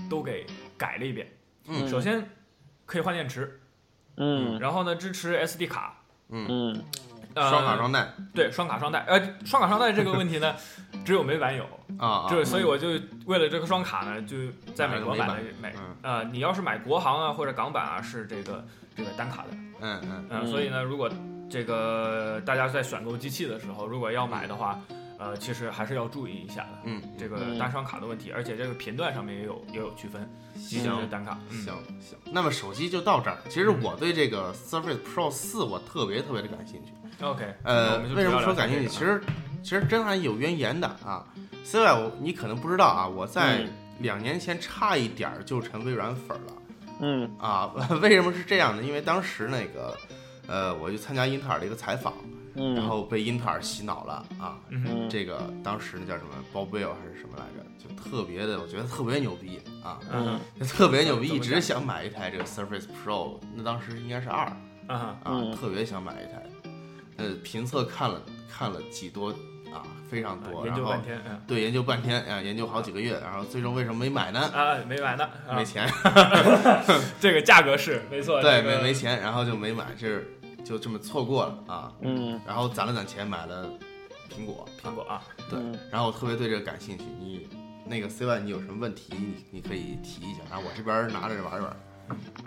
都给改了一遍。嗯首先可以换电池，嗯然后呢支持 SD 卡，嗯，嗯呃、双卡双待对双卡双待，呃，双卡双待这个问题呢，只有美版有， 啊，啊就是所以我就为了这个双卡呢，就在美国买了美嗯呃，你要是买国行啊或者港版啊是这个这个单卡的，嗯嗯，嗯，嗯所以呢，如果这个大家在选购机器的时候，如果要买的话，呃，其实还是要注意一下的嗯，这个嗯单双卡的问题，而且这个频段上面也有也有区分，机行型是单卡，嗯行行，那么手机就到这儿。其实我对这个 Surface Pro 四我特别特别的感兴趣。 ，OK，那呃嗯我们，就为什主么要说聊感这兴趣？其个实其实真还有渊源的啊。C Y，我你可能不知道啊，我在嗯两年前差一点儿就成微软粉儿了。嗯啊， 为什么是这样呢？因为当时那个，呃，我去参加英特尔的一个采访，嗯，然后被英特尔洗脑了啊。嗯哼，嗯这个当时那叫什么 Bob Bill 还是什么来着，就特别的，我觉得特别牛逼啊，嗯就特别牛逼，怎一么直讲想买一台这个 Surface Pro，那当时应该是二哼嗯哼，啊嗯，特别想买一台，呃，评测看了看了几多啊，非常多，研然究后半天，嗯对研究半天啊，研究好几个月，然后最终为什么没买呢？啊，没买呢，啊没钱。 这个价格是没错，对，这个没没钱，然后就没买，是就这么错过了啊。嗯然后攒了攒钱买了苹果，苹果啊，对嗯。然后我特别对这个感兴趣，你那个 C Y 你有什么问题，你你可以提一下，然后我这边拿着玩一玩。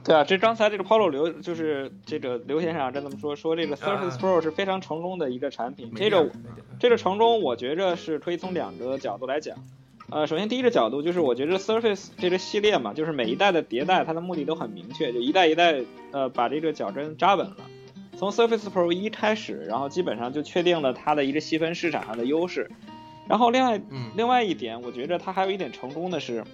对啊，这刚才这个 Paulo 刘就是这个刘先生啊，真这么说，说这个 Surface Pro 是非常成功的一个产品。没电这个了这个成功，我觉着是可以从两个角度来讲。呃，首先第一个角度就是，我觉得 Surface 这个系列嘛，就是每一代的迭代，它的目的都很明确，就一代一代呃把这个脚跟扎稳了。从 Surface Pro 一开始，然后基本上就确定了它的一个细分市场上的优势。然后另外嗯另外一点，我觉着它还有一点成功的是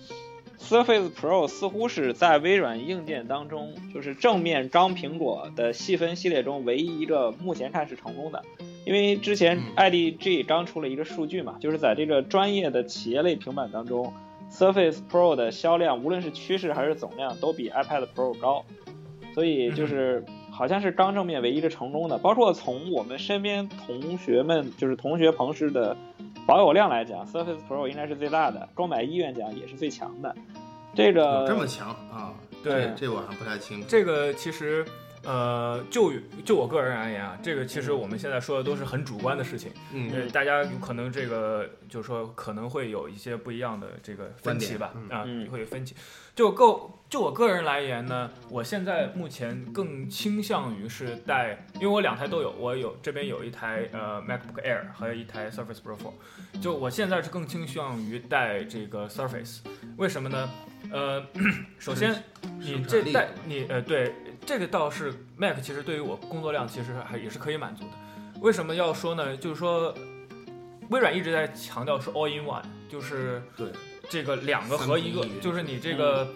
，Surface Pro 似乎是在微软硬件当中，就是正面刚苹果的细分系列中唯一一个目前看是成功的。因为之前嗯 IDG 刚出了一个数据嘛，就是在这个专业的企业类平板当中，Surface Pro 的销量无论是趋势还是总量都比 iPad Pro 高，所以就是嗯好像是刚正面唯一的成功的。包括从我们身边同学们，就是同学朋师的保有量来讲，Surface Pro 应该是最大的，购买意愿讲也是最强的。这有个哦这么强啊？对这，这我还不太清楚。这个其实，呃，就就我个人而言啊，这个其实我们现在说的都是很主观的事情，嗯呃，大家有可能这个就是说可能会有一些不一样的这个分歧吧，观啊、嗯会有分歧。就个就我个人来言呢，我现在目前更倾向于是带，因为我两台都有，我有这边有一台呃 MacBook Air，还有一台 Surface Pro 4。就我现在是更倾向于带这个 Surface，为什么呢？呃， 首先你这代代你呃对这个倒是 Mac，其实对于我工作量其实还也是可以满足的。为什么要说呢？就是说，微软一直在强调是 all in one，就是对这个两个合一个三合一，就是你这个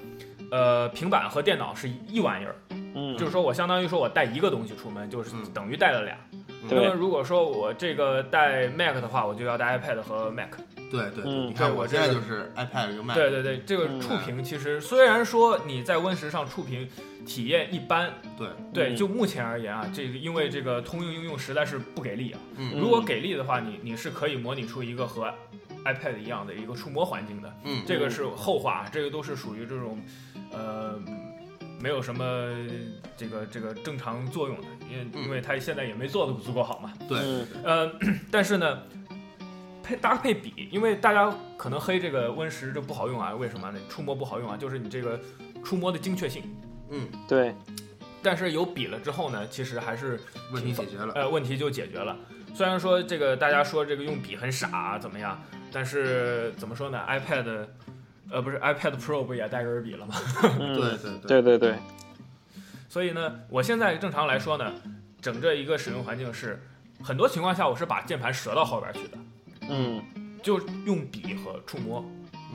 呃平板和电脑是一玩意儿，嗯，就是说我相当于说我带一个东西出门，就是嗯等于带了俩。那对么如果说我这个带 Mac 的话，我就要带 iPad 和 Mac。对对，嗯你看对我我现在这就个是 iPad 又卖，对对对，这个嗯触屏其实虽然说你在 Win 十上触屏体验一般，对，对，嗯就目前而言啊，这个因为这个通用应用实在是不给力啊。嗯如果给力的话，你你是可以模拟出一个和 iPad 一样的一个触摸环境的，嗯这个是后话，啊这个都是属于这种，呃，没有什么这个这个正常作用的，因为嗯因为它现在也没做的足够好嘛。对，嗯呃， 但是呢，配搭配比，因为大家可能黑这个 Win 十这不好用啊，为什么呢？触摸不好用啊，就是你这个触摸的精确性。嗯，对，但是有比了之后呢，其实还是问题挺解决了，呃，问题就解决了。虽然说这个大家说这个用笔很傻、啊怎么样，但是怎么说呢？iPad，呃，不是 iPad Pro 不也带根笔了吗？ 嗯对对对，对对对，所以呢，我现在正常来说呢，整这一个使用环境是，很多情况下我是把键盘折到后边去的，嗯就用笔和触摸。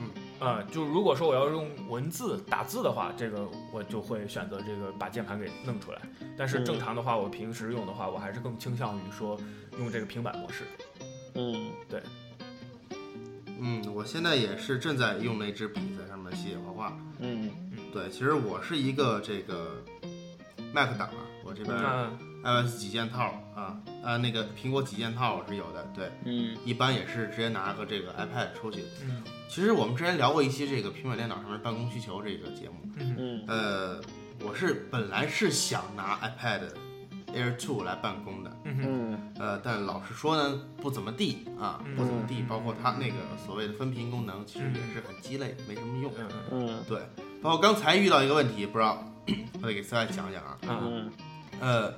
嗯，呃，就如果说我要用文字打字的话，这个我就会选择这个把键盘给弄出来。但是正常的话，我平时用的话，我还是更倾向于说用这个平板模式。嗯嗯，我现在也是正在用那支笔在上面写画画。嗯对，其实我是一个这个 Mac 党啊，我这边嗯、 iOS 几件套啊，啊那个苹果几件套我是有的，对，嗯一般也是直接拿个这个 iPad 出去。嗯其实我们之前聊过一期这个平板电脑上面办公需求这个节目，嗯嗯呃，我是本来是想拿 iPad Air 2来办公的，嗯嗯呃，但老实说呢，不怎么地啊，不怎么地，嗯包括它那个所谓的分屏功能，其实也是很鸡肋，没什么用。嗯嗯对，包括刚才遇到一个问题，不知道我得给四外讲讲啊。嗯嗯呃，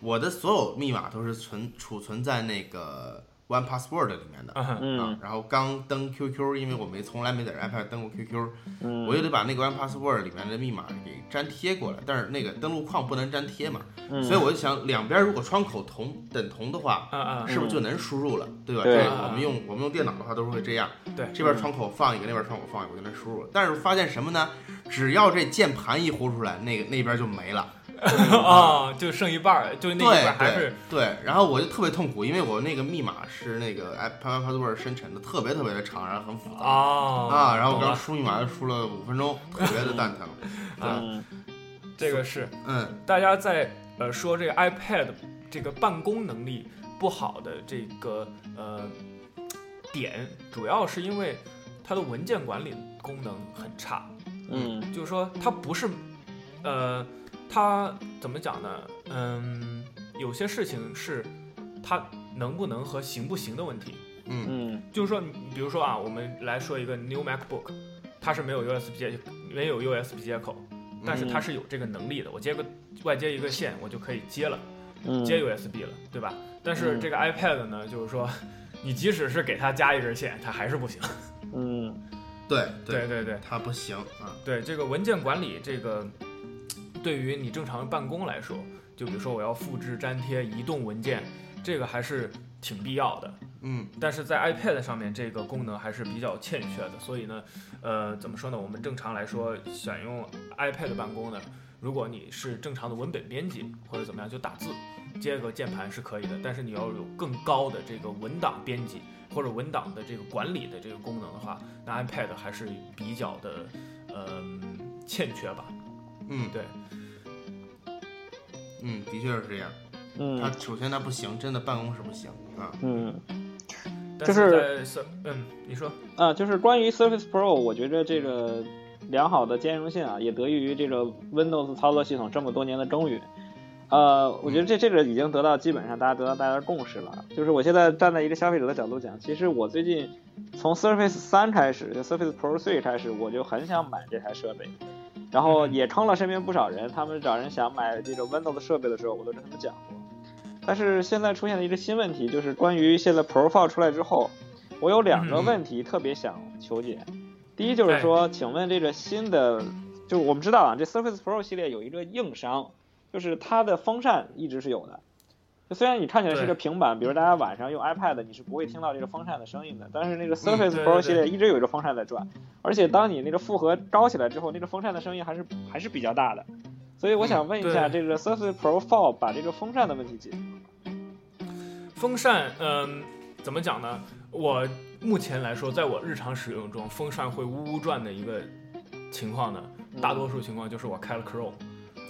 我的所有密码都是存储存在那个 One Password 里面的。嗯啊嗯，然后刚登 QQ，因为我没从来没在 iPad 登过 QQ，嗯，我就得把那个 One Password 里面的密码给粘贴过来，但是那个登录框不能粘贴嘛，嗯啊所以我就想两边如果窗口同等同的话，嗯是不是就能输入了，对吧？对这个我们用我们用电脑的话都是会这样，对这边窗口放一个，那边窗口放一个，我就能输入了。但是发现什么呢？只要这键盘一呼出来，那个那边就没了。嗯啊，就剩一半儿，就那一对半儿还对是对，然后我就特别痛苦，因为我那个密码是那个 iPad password 生成的，特别特别的长，然后很复杂。啊啊，然后我懂刚了输密码就输了五分钟，特别的蛋疼。 对，嗯这个是嗯，大家在呃说这个 iPad 这个办公能力不好的这个呃点，主要是因为它的文件管理功能很差，嗯就是说它不是呃它怎么讲呢？嗯，有些事情是它能不能和行不行的问题，嗯嗯就是说，你比如说啊，我们来说一个 New MacBook，它是没有 USB 接没有 USB 接口，嗯但是它是有这个能力的。我接个外接一个线，我就可以接了，嗯，接 USB 了，对吧？但是这个 iPad 呢，就是说，你即使是给它加一根线，它还是不行。嗯对对，对对它不行啊。对，这个文件管理这个，对于你正常办公来说，就比如说我要复制粘贴移动文件，这个还是挺必要的。嗯但是在 iPad 上面这个功能还是比较欠缺的，所以呢，呃，怎么说呢？我们正常来说，想用 iPad 办公呢，如果你是正常的文本编辑或者怎么样，就打字，接个键盘是可以的。但是你要有更高的这个文档编辑或者文档的这个管理的这个功能的话，那 iPad 还是比较的，呃，欠缺吧。嗯对，嗯，的确是这样。它嗯首先它不行，真的办公室不行啊。嗯。但就是在嗯，你说，啊，就是关于 Surface Pro，我觉着这个良好的兼容性啊，也得益于这个 Windows 操作系统这么多年的耕耘。呃，我觉得这这个已经得到基本上大家得到大家的共识了。就是我现在站在一个消费者的角度讲，其实我最近从 Surface 三开始，就 Surface Pro 3开始，我就很想买这台设备，然后也坑了身边不少人。他们找人想买这个 Windows 设备的时候，我都跟他们讲过。但是现在出现了一个新问题，就是关于现在 Pro 4出来之后，我有两个问题特别想求解。第一就是说，请问这个新的，就我们知道啊，这 Surface Pro 系列有一个硬伤，就是它的风扇一直是有的。就虽然你看起来是个对平板，比如大家晚上用 iPad，你是不会听到这个风扇的声音的。但是那个 Surface 嗯对 Pro 对系列一直有一个风扇在转，而且当你那个复合高起来之后，那个风扇的声音还是还是比较大的。所以我想问一下，嗯这个 Surface Pro 4把这个风扇的问题解决了吗？风扇，嗯，怎么讲呢？我目前来说，在我日常使用中，风扇会呜呜转的一个情况呢，大多数情况就是我开了 Chrome，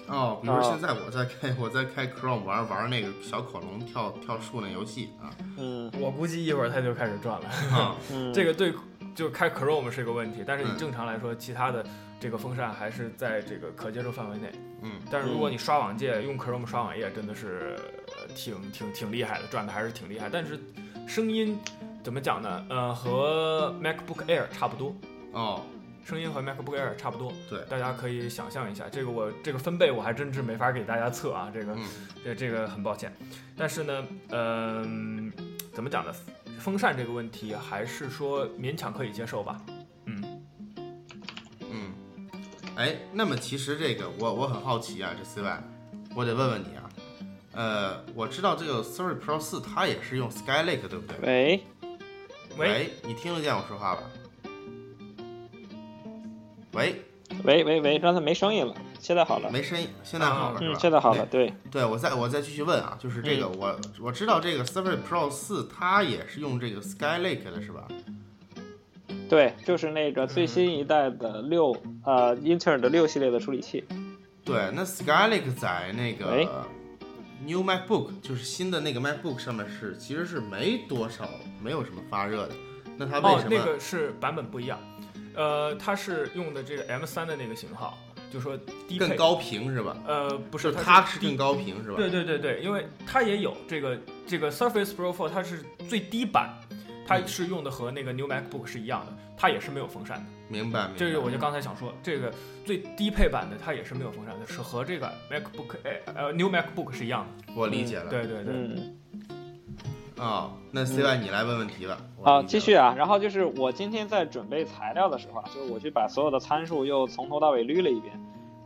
哦，比如啊现在我在开我在开 Chrome 玩玩那个小恐龙跳跳树那游戏啊，嗯我估计一会儿它就开始转了。啊嗯，这个个对，就开 Chrome 是一个问题，但是你嗯正常来说，其他的这个风扇还是在这个可接受范围内。嗯，但是如果你刷网页，用 Chrome 刷网页，真的是呃挺挺挺厉害的，转的还是挺厉害。但是声音怎么讲呢？呃，和 MacBook Air 差不多，哦，声音和 MacBook Air 差不多。对，大家可以想象一下，这个我这个分贝我还真是没法给大家测啊，这个嗯这这个很抱歉。但是呢，嗯、怎么讲呢？风扇这个问题还是说勉强可以接受吧。嗯，嗯，哎，那么其实这个我我很好奇啊，这 C Y，我得问问你啊，呃，我知道这个 Surface Pro 四它也是用 Skylake 对不对？喂，喂，喂，你听得见我说话吧？喂，喂喂喂，刚才没声音了，现在好了。没声音，现在啊好了是吧？嗯，现在好了，对，对，我再我再继续问啊，就是这个、嗯我我知道这个 Surface Pro 四它也是用这个 Skylake 的是吧？对，就是那个最新一代的六、呃英特尔的六系列的处理器。对，那 Skylake 在那喂个 New MacBook 就是新的那个 MacBook 上面是其实是没多少没有什么发热的，那它为哦什，么？那个是版本不一样，呃，它是用的这个 M 3的那个型号，就说低配更，高频是吧？呃，不不是，它是是低更高频是吧？对对对对，因为它也有这个这个 Surface Pro 4，它是最低版，它嗯是用的和那个 New MacBook 是一样的，它也是没有风扇的。明白明白。这个我就刚才想说，这个最低配版的它也是没有风扇的，是和这个 MacBook 哎呃 New MacBook 是一样的。我理解了。对对对，嗯，啊、嗯那 C Y 你来问问题吧。我好，理解继了嗯续。啊。然后就是我今天在准备材料的时候啊，就是我去把所有的参数又从头到尾捋了一遍。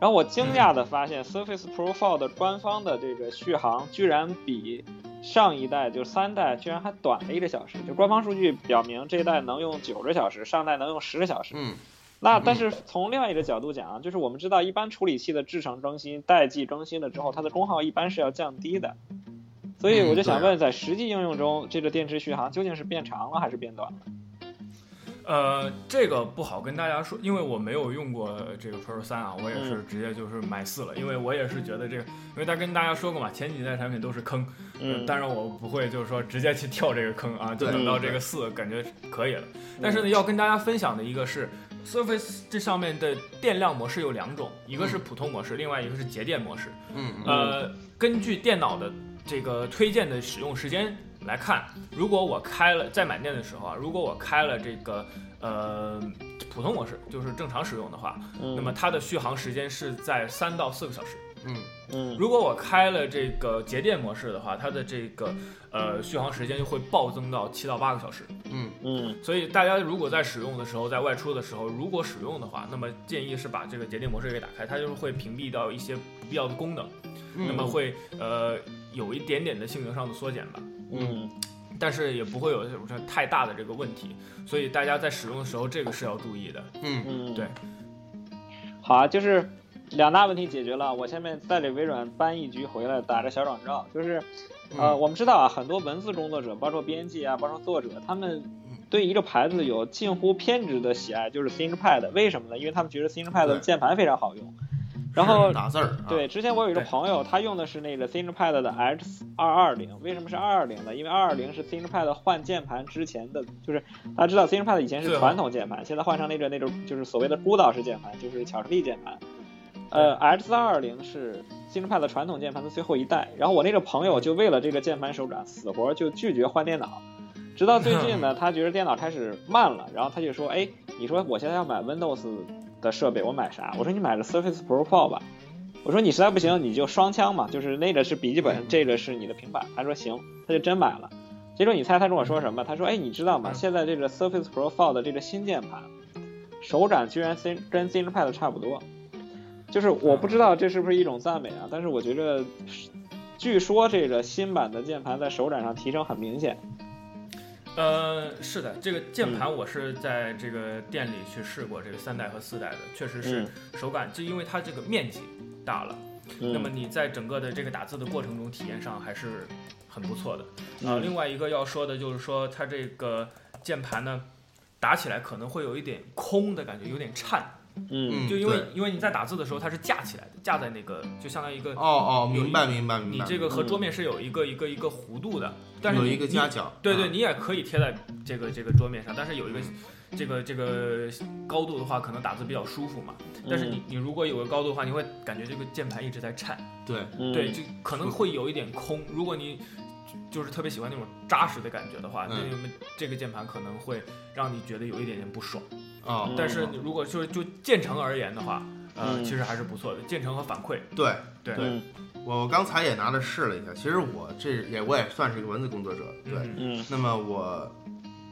然后我惊讶嗯的发现，Surface Pro 4的官方的这个续航居然比上一代就是三代居然还短了一个小时，就官方数据表明这一代能用九个小时，上代能用十个小时。嗯那但是从另外一个角度讲啊，就是我们知道一般处理器的制程更新、代际更新了之后，它的功耗一般是要降低的。所以我就想嗯对问，在实际应用中，这个电池续航究竟是变长了还是变短了？呃，这个不好跟大家说，因为我没有用过这个 Pro 3啊，我也是直接就是买四了，因为我也是觉得这个，因为大家跟大家说过嘛，前几代产品都是坑，嗯，呃当然我不会就是说直接去跳这个坑啊，就对嗯等到对这个四感觉可以了。但是呢，要跟大家分享的一个是 Surface 这上面的电量模式有两种，一个是普通模式，另外一个是节电模式。嗯啊嗯呃，根据电脑的这个推荐的使用时间来看，如果我开了在买电的时候啊，如果我开了这个呃普通模式，就是正常使用的话，嗯，那么它的续航时间是在三到四个小时。嗯嗯，如果我开了这个节电模式的话，它的这个呃续航时间就会暴增到七到八个小时。嗯嗯所以大家如果在使用的时候，在外出的时候，如果使用的话，那么建议是把这个节电模式给打开，它就是会屏蔽到一些不必要的功能，嗯那么会呃有一点点的性能上的缩减吧。嗯但是也不会有什么太大的这个问题，所以大家在使用的时候，这个是要注意的。嗯嗯，对。好啊，就是两大问题解决了。我下面再给微软搬一局回来，打个小广告，就是嗯呃，我们知道啊，很多文字工作者，包括编辑啊，包括作者，他们嗯对一个牌子有近乎偏执的喜爱，就是 ThinkPad。为什么呢？因为他们觉得 ThinkPad 的对键盘非常好用。然后是打字儿，啊对，之前我有一个对朋友，他用的是那个 ThinkPad 的 X 二二零，为什么是二二零呢？因为二二零是 ThinkPad 换键盘之前的，就是大家知道 ThinkPad 以前是对啊传统键盘，现在换成那个那种就是所谓的孤岛式键盘，就是巧克力键盘。呃，X 二二零是 ThinkPad 传统键盘的最后一代，然后我那个朋友就为了这个键盘手感，死活就拒绝换电脑。直到最近 呢，他觉得电脑开始慢了，然后他就说：“哎，你说我现在要买 Windows 的设备，我买啥？”我说：“你买了 Surface Pro 4吧。”我说：“你实在不嗯行，你就双枪嘛，就是那个是笔记本，这个是你的平板。”他说：“行。”他就真买了。结果你猜他跟我说什么？他说：“哎，你知道吗？嗯现在这个 Surface Pro 4的这个新键盘，手感居然 Thin- 跟 ThinkPad 差不多。”就是我不知道这是不是一种赞美啊，但是我觉得，据说这个新版的键盘在手感上提升很明显。呃，是的，这个键嗯盘我是在这个店里去试过，这个三代和四代的，确实是嗯手感，就因为它这个面积大了，嗯、那么你在整个的这个打字的过程中体验上还是很不错的。啊、嗯另外一个要说的就是说它这个键盘呢，打起来可能会有一点空的感觉，有点颤，嗯，嗯，就因为对因为你在打字的时候它是架起来的，架在那个就相当于一个。哦哦，有一明白明白明白，你这个和桌面是有一个一个一个弧度的，但是有你一个你夹角，对对，啊你也可以贴在这个这个桌面上，但是有一个这个这个高度的话，可能打字比较舒服嘛。嗯但是你你如果有个高度的话，你会感觉这个键盘一直在颤，对，嗯对，就可能会有一点空。如果你就是特别喜欢那种扎实的感觉的话，那嗯么这个键盘可能会让你觉得有一点点不爽。哦嗯，但是你如果就是就建成而言的话，呃，嗯其实还是不错的，建成和反馈，对对，嗯我刚才也拿着试了一下，其实我这也我也算是一个文字工作者，对，嗯嗯那么我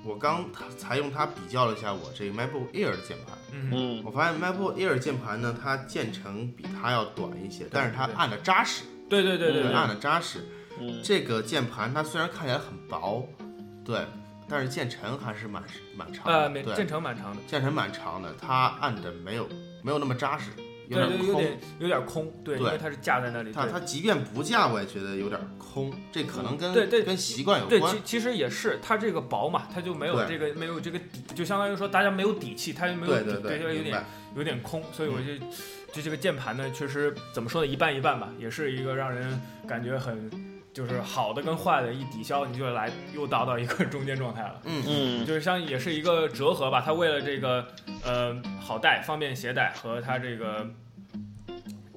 我刚才用它比较了一下我这个 MacBook Air 的键盘，嗯嗯我发现 MacBook Air 键盘呢，它键程比它要短一些，但是它对按的扎实，对对对对对，按的扎实。嗯这个键盘它虽然看起来很薄，对，但是键程还是蛮蛮长的，呃，没对建，成蛮长的。键程蛮长的，它按的没有没有那么扎实，有对点对，有空。点有点空，对，对因为它是架在那里，它对它即便不架，我也觉得有点空，这可能跟对对跟习惯有对，关其。其实也是，它这个薄嘛，它就没有对这个没有这个底，就相当于说大家没有底气，它就没有对底，对它有明点白。嗯有点空，所以我就就这个键盘呢，确实怎么说呢，一半一半吧，也是一个让人感觉很就是好的跟坏的一抵消，你就来又达到一个 中间状态了。嗯嗯就是像也是一个折合吧，它为了这个呃好带、方便携带和它这个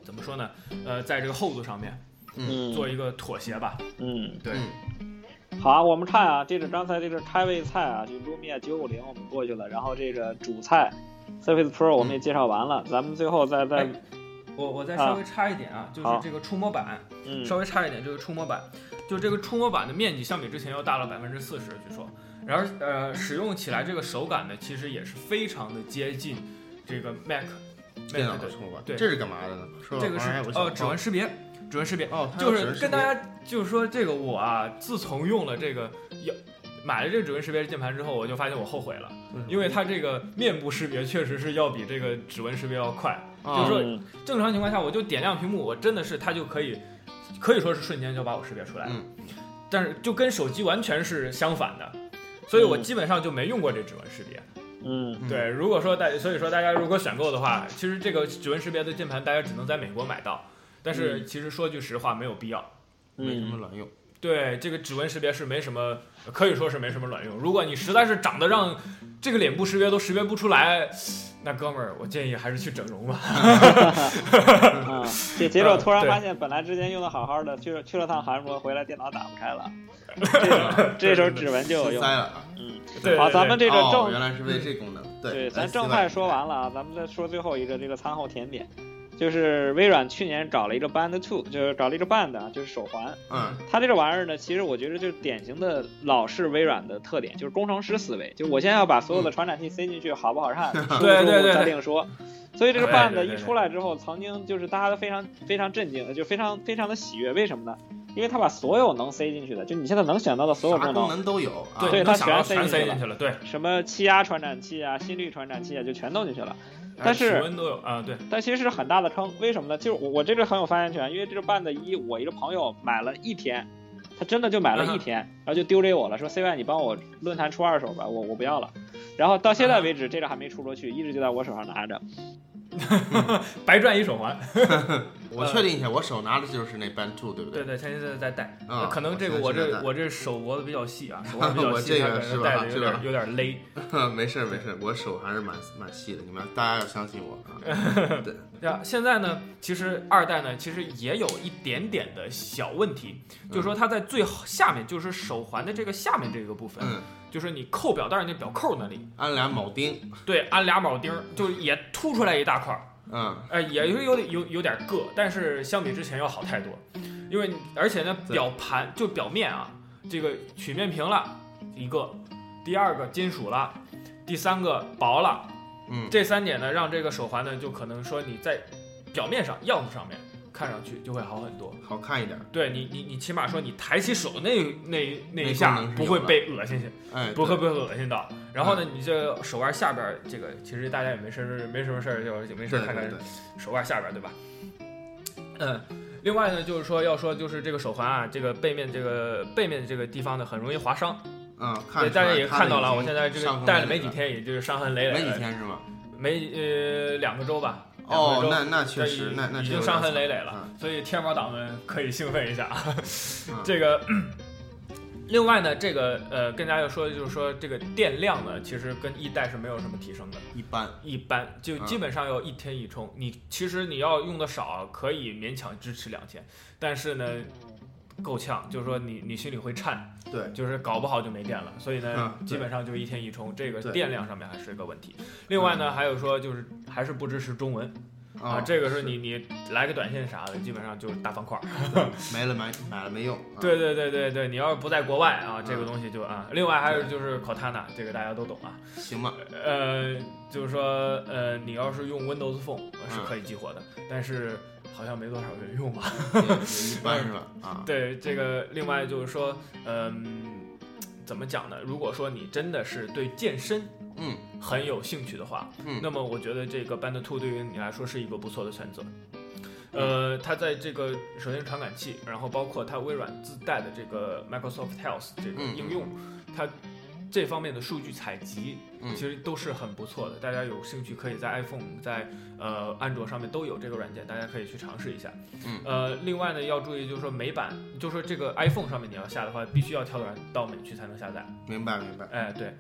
怎么说呢，呃，在这个厚度上面嗯做一个妥协吧。嗯，对，嗯好啊，我们看啊，这个刚才这个开胃菜啊，就 Lumia 九五零我们过去了，然后这个主菜 Surface Pro 我们也介绍完了，咱们最后再再哎我我再啊稍微插一点啊，就是好这个触摸板，嗯稍微差一点，这个触摸板，就这个触摸板的面积相比之前要大了百分之四十，据说。然而，呃，使用起来这个手感呢，其实也是非常的接近这个 Mac 电脑 Mac 的的，触摸板，对这是干嘛的呢？是吧这个是哎我想呃指纹识别，指纹识别，哦，它就指纹是识跟别大家就是说这个我啊，自从用了这个要买了这个指纹识别键盘之后，我就发现我后悔了，因为它这个面部识别确实是要比这个指纹识别要快。哦就是嗯正常情况下，我就点亮屏幕，我真的是它就可以，可以说是瞬间就把我识别出来了。嗯但是就跟手机完全是相反的，所以我基本上就没用过这指纹识别。嗯嗯对，如果说大，所以说大家如果选购的话，其实这个指纹识别的键盘大家只能在美国买到，但是其实说句实话没有必要。没什么嗯卵用。对，这个指纹识别是没什么，可以说是没什么卵用。如果你实在是长得让这个脸部识别都识别不出来，那哥们儿，我建议还是去整容吧。嗯，这结果突然发现，本来之前用的好好的，去了去了趟韩国，回来电脑打不开了，这时候指纹就有心用。塞了啊！嗯，对好，咱们这个哦正原来是为这功能。对，哎对，咱来正四万菜说完了啊，咱们再说最后一个这个餐后甜点，就是微软去年搞了一个 Band Two，就是搞了一个 Band，啊，就是手环。嗯，它这个玩意儿呢，其实我觉得就是典型的老式微软的特点，就是工程师思维，就我现在要把所有的传感器塞进去，好不好看，舒不舒对对服对再对另说。所以这个对 Band 对对一出来之后，曾经就是大家都非常非常震惊，就非常非常的喜悦，为什么呢？因为它把所有能塞进去的，就你现在能想到的所有啥能功，能都有啊。对能它想到全全塞塞进进去了，对，什么气压传感器啊、心率传感器啊，就全弄进去了。但哎是指纹都有啊，对，但其实是很大的坑，为什么呢？就是我我这个很有发言权，因为这个 Band 一，我一个朋友买了一天，他真的就嗯买了一天，然后就丢给我了，说 C Y 你帮我论坛嗯 出二手吧，我我不要了。然后到现在为止，这个还没出出去，一直就在我手上拿着。白赚一手环。我确定一下，我手拿的就是那 Band Two，对不对？对，现在在戴。啊可能这个我我现在在这戴我这手脖子比较细 啊，手腕比较我细，这它个可是能吧戴的有是吧点有点勒。 没事儿没事儿，我手还是蛮蛮细的，你们大家要相信我 啊。对，对啊，现在呢，其实二代呢，其实也有一点点的小问题，嗯就是说它在最下面，就是手环的这个下面这个部分，嗯，就是你扣表带儿那表扣那里，安俩铆钉，对，安俩铆钉儿，就是也凸出来一大块儿，嗯，呃，也是有点有有点硌，但是相比之前要好太多，因为你而且呢，对表盘就表面啊，这个曲面屏了一个，第二个金属了，第三个薄了，嗯，这三点呢，让这个手环呢，就可能说你在表面上样子上面看上去就会好很多。好看一点儿，对你，你你起码说你抬起手那那那一那下功能是不有会的被恶心去，哎，不会对嗯被恶心到。然后呢，你这手腕下边儿这个，其实大家也没事儿没什么事儿，就就没事儿对看对看对，手腕下边儿，对吧？嗯，另外呢，就是说要说就是这个手环啊，这个背面这个背面这个地方呢，很容易划伤。嗯，看得对，出来大家也它看到已了，经我现在这上个分戴了了没这几个，天，也就是伤痕累累没了。几天是吗？没呃两个周吧。哦，两个周那那确对实，那那已这有经点伤痕惨累累了，所以天猫党们可以兴奋一下啊。嗯这个，另外呢，这个呃，跟大家要说的就是说，这个电量呢，其实跟一代是没有什么提升的，一般，一般就嗯基本上要一天一充。你其实你要用的少，可以勉强支持两千，但是呢。够呛，就是说你你心里会颤，对，就是搞不好就没电了，所以呢，嗯基本上就一天一充，这个对嗯电量上面还是个问题。另外呢，还有说就是还是不支持中文，啊，哦这个是你你来个短信啥的，基本上就是大方块儿。 啊没了买买了没用，啊对对对对对，你要是不在国外啊，这个嗯东西就啊。另外还有对就是 Cortana，这个大家都懂啊。行 吧，呃，就是说呃，你要是用 Windows Phone 呃是可以激活的，但是好像没多少人用吧。也也一般是吧？啊，对，这个另外就是说，嗯、怎么讲呢？如果说你真的是对健身嗯很有兴趣的话，嗯那么我觉得这个 Band Two 对于你来说是一个不错的选择。呃，嗯它在这个首先传感器，然后包括它微软自带的这个 Microsoft Health 这个嗯应用，它这方面的数据采集嗯其实都是很不错的。大家有兴趣可以在 iPhone 在呃安卓上面都有这个软件，大家可以去尝试一下。嗯呃，另外呢要注意就是说美版，就是说这个 iPhone 上面你要下的话，必须要跳转到美区才能下载。明白明白，哎，对，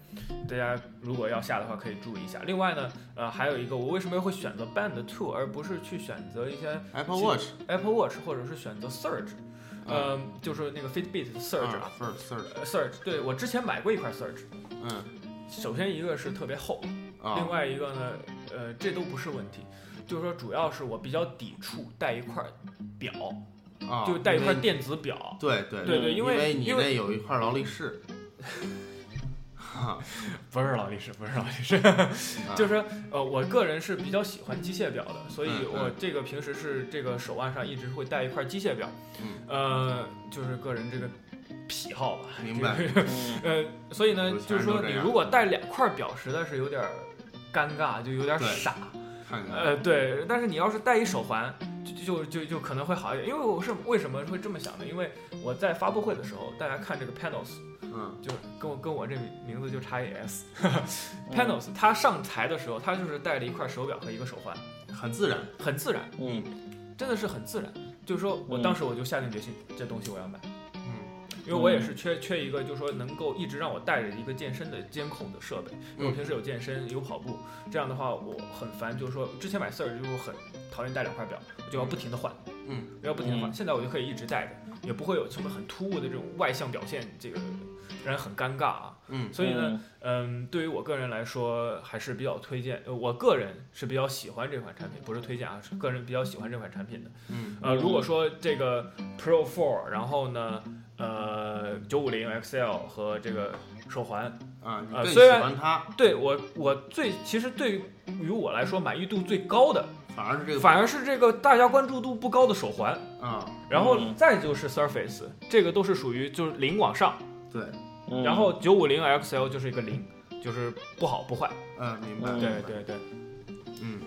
大家如果要下的话，可以注意一下。另外呢，呃，还有一个，我为什么会选择 Band Two 而不是去选择一些 Apple 其 Watch， Apple Watch 或者是选择 Surge，嗯呃，就是那个 Fitbit 的 Surge 啊啊，First Search，呃，Surge，对我之前买过一块 Surge，嗯首先一个是特别厚，另啊，外一个呢，呃，这都不是问题，就是说主要是我比较抵触带一块表，啊就带一块因为电子表，对对对对因因为你因为那有一块劳力 士，不是劳力士，不是劳力士，啊就是呃，我个人是比较喜欢机械表的，所以嗯嗯我这个平时是这个手腕上一直会带一块机械表，嗯呃，就是个人这个癖好吧，明白这个嗯呃，所以呢有，钱就是人都说这你样如果带两块表，实在是有点儿尴尬，就有点儿对傻，看看，呃，对，但是你要是戴一手环，就就就就可能会好一点，因为我是为什么会这么想呢？因为我在发布会的时候，大家看这个 panels，嗯就跟我跟我这名字就差一 s。嗯 Panos 嗯他上台的时候，他就是戴了一块手表和一个手环，很自然，很自然，嗯真的是很自然。就是说我嗯当时我就下定决心，这东西我要买，嗯因为我也是缺缺一个，就是说能够一直让我带着一个健身的监控的设备，因为我嗯平时有健身有跑步，这样的话我很烦，就是说之前买 Surge 就是很讨厌戴两块表，我就要不停的换，嗯，要不停的换，嗯现在我就可以一直戴着，也不会有什么很突兀的这种外向表现，这个让人很尴尬啊。嗯所以哦呢，，嗯，对于我个人来说，还是比较推荐。呃我个人是比较喜欢这款产品，不是推荐啊，是个人比较喜欢这款产品的。嗯呃，如果说这个 Pro Four，然后呢，呃，九五零 XL 和这个手环，啊，你呃更喜虽然欢它，对我我最其实对于我来说满意度最高的，反而是这个反而是这个大家关注度不高的手环，啊，然后嗯再就是 Surface，这个都是属于就是零往上，对，嗯然后九五零 XL 就是一个零，就是不好不坏。呃嗯，明白，嗯对对对。嗯。